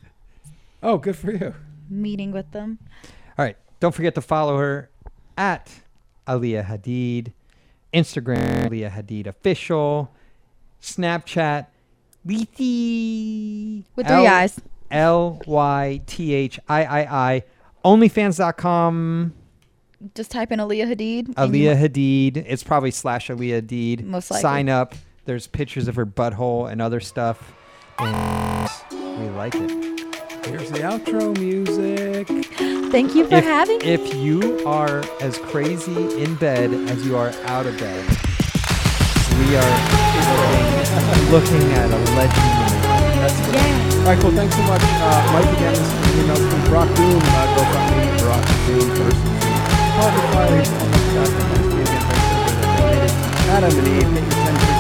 Speaker 4: Oh, good for you.
Speaker 5: meeting with them.
Speaker 4: All right. Don't forget to follow her at Aliyah Hadid, Instagram, Aliyah Hadid Official, Snapchat, Lethy.
Speaker 5: With three eyes.
Speaker 4: L Y T H I I I. OnlyFans.com,
Speaker 5: Just type in Aaliyah Hadid. and you-
Speaker 4: Aliyah Hadid. It's probably slash Aliyah Hadid.
Speaker 5: Most likely.
Speaker 4: Sign up. There's pictures of her butthole and other stuff. And we like it.
Speaker 2: Here's the outro music.
Speaker 5: Thank you for
Speaker 4: if,
Speaker 5: having me.
Speaker 4: if you are as crazy in bed as you are out of bed, we are looking, looking at a legend.
Speaker 2: All right, cool. Thanks so much, uh, Mike. Again, this is an email from Brock Doom. Uh, go find me, Brock Doom person. Spotify, Scott, thanks again. Thanks for everything. Adam and Eve, get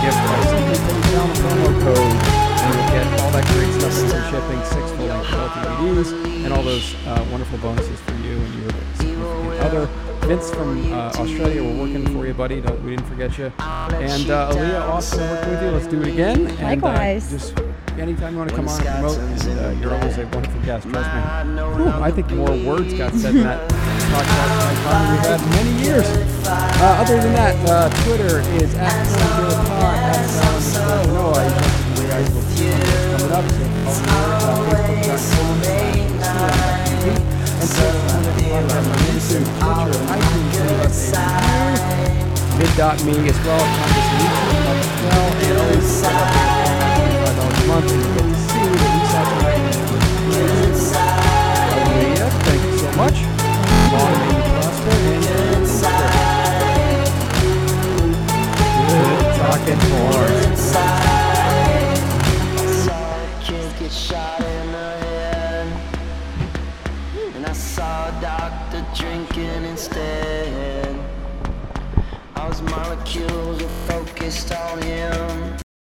Speaker 2: your 10 free gift by simply putting down promo code, and you'll get all that great stuff for free shipping, six full length DVDs, and all those uh, wonderful bonuses for you and your significant other. Vince from uh, Australia, we're working for you, buddy. Don't, we didn't forget you. And uh, Aaliyah, awesome working with you. Let's do it again. And,
Speaker 5: Likewise.
Speaker 2: Uh, just anytime you want to come on and promote, and, uh, you're always a wonderful guest. Trust me. Whew, I think more words got said in that podcast than I probably have in many years. Uh, other than that, uh, Twitter is at PornDealerPod, at Simon Noah. You guys will see what's coming up. So follow me, uh, Facebook.com slash PornDealerPod. uh, And so, I'm going to on YouTube, Twitter, iTunes, and updates. Vid.me as well. Find us on YouTube like well. And always set up $25 a month. And you get to see the new Aaliyah, thank you so much. Long may you prosper and good talking horns.
Speaker 15: And I saw a doctor drinking instead. All his molecules were focused on him.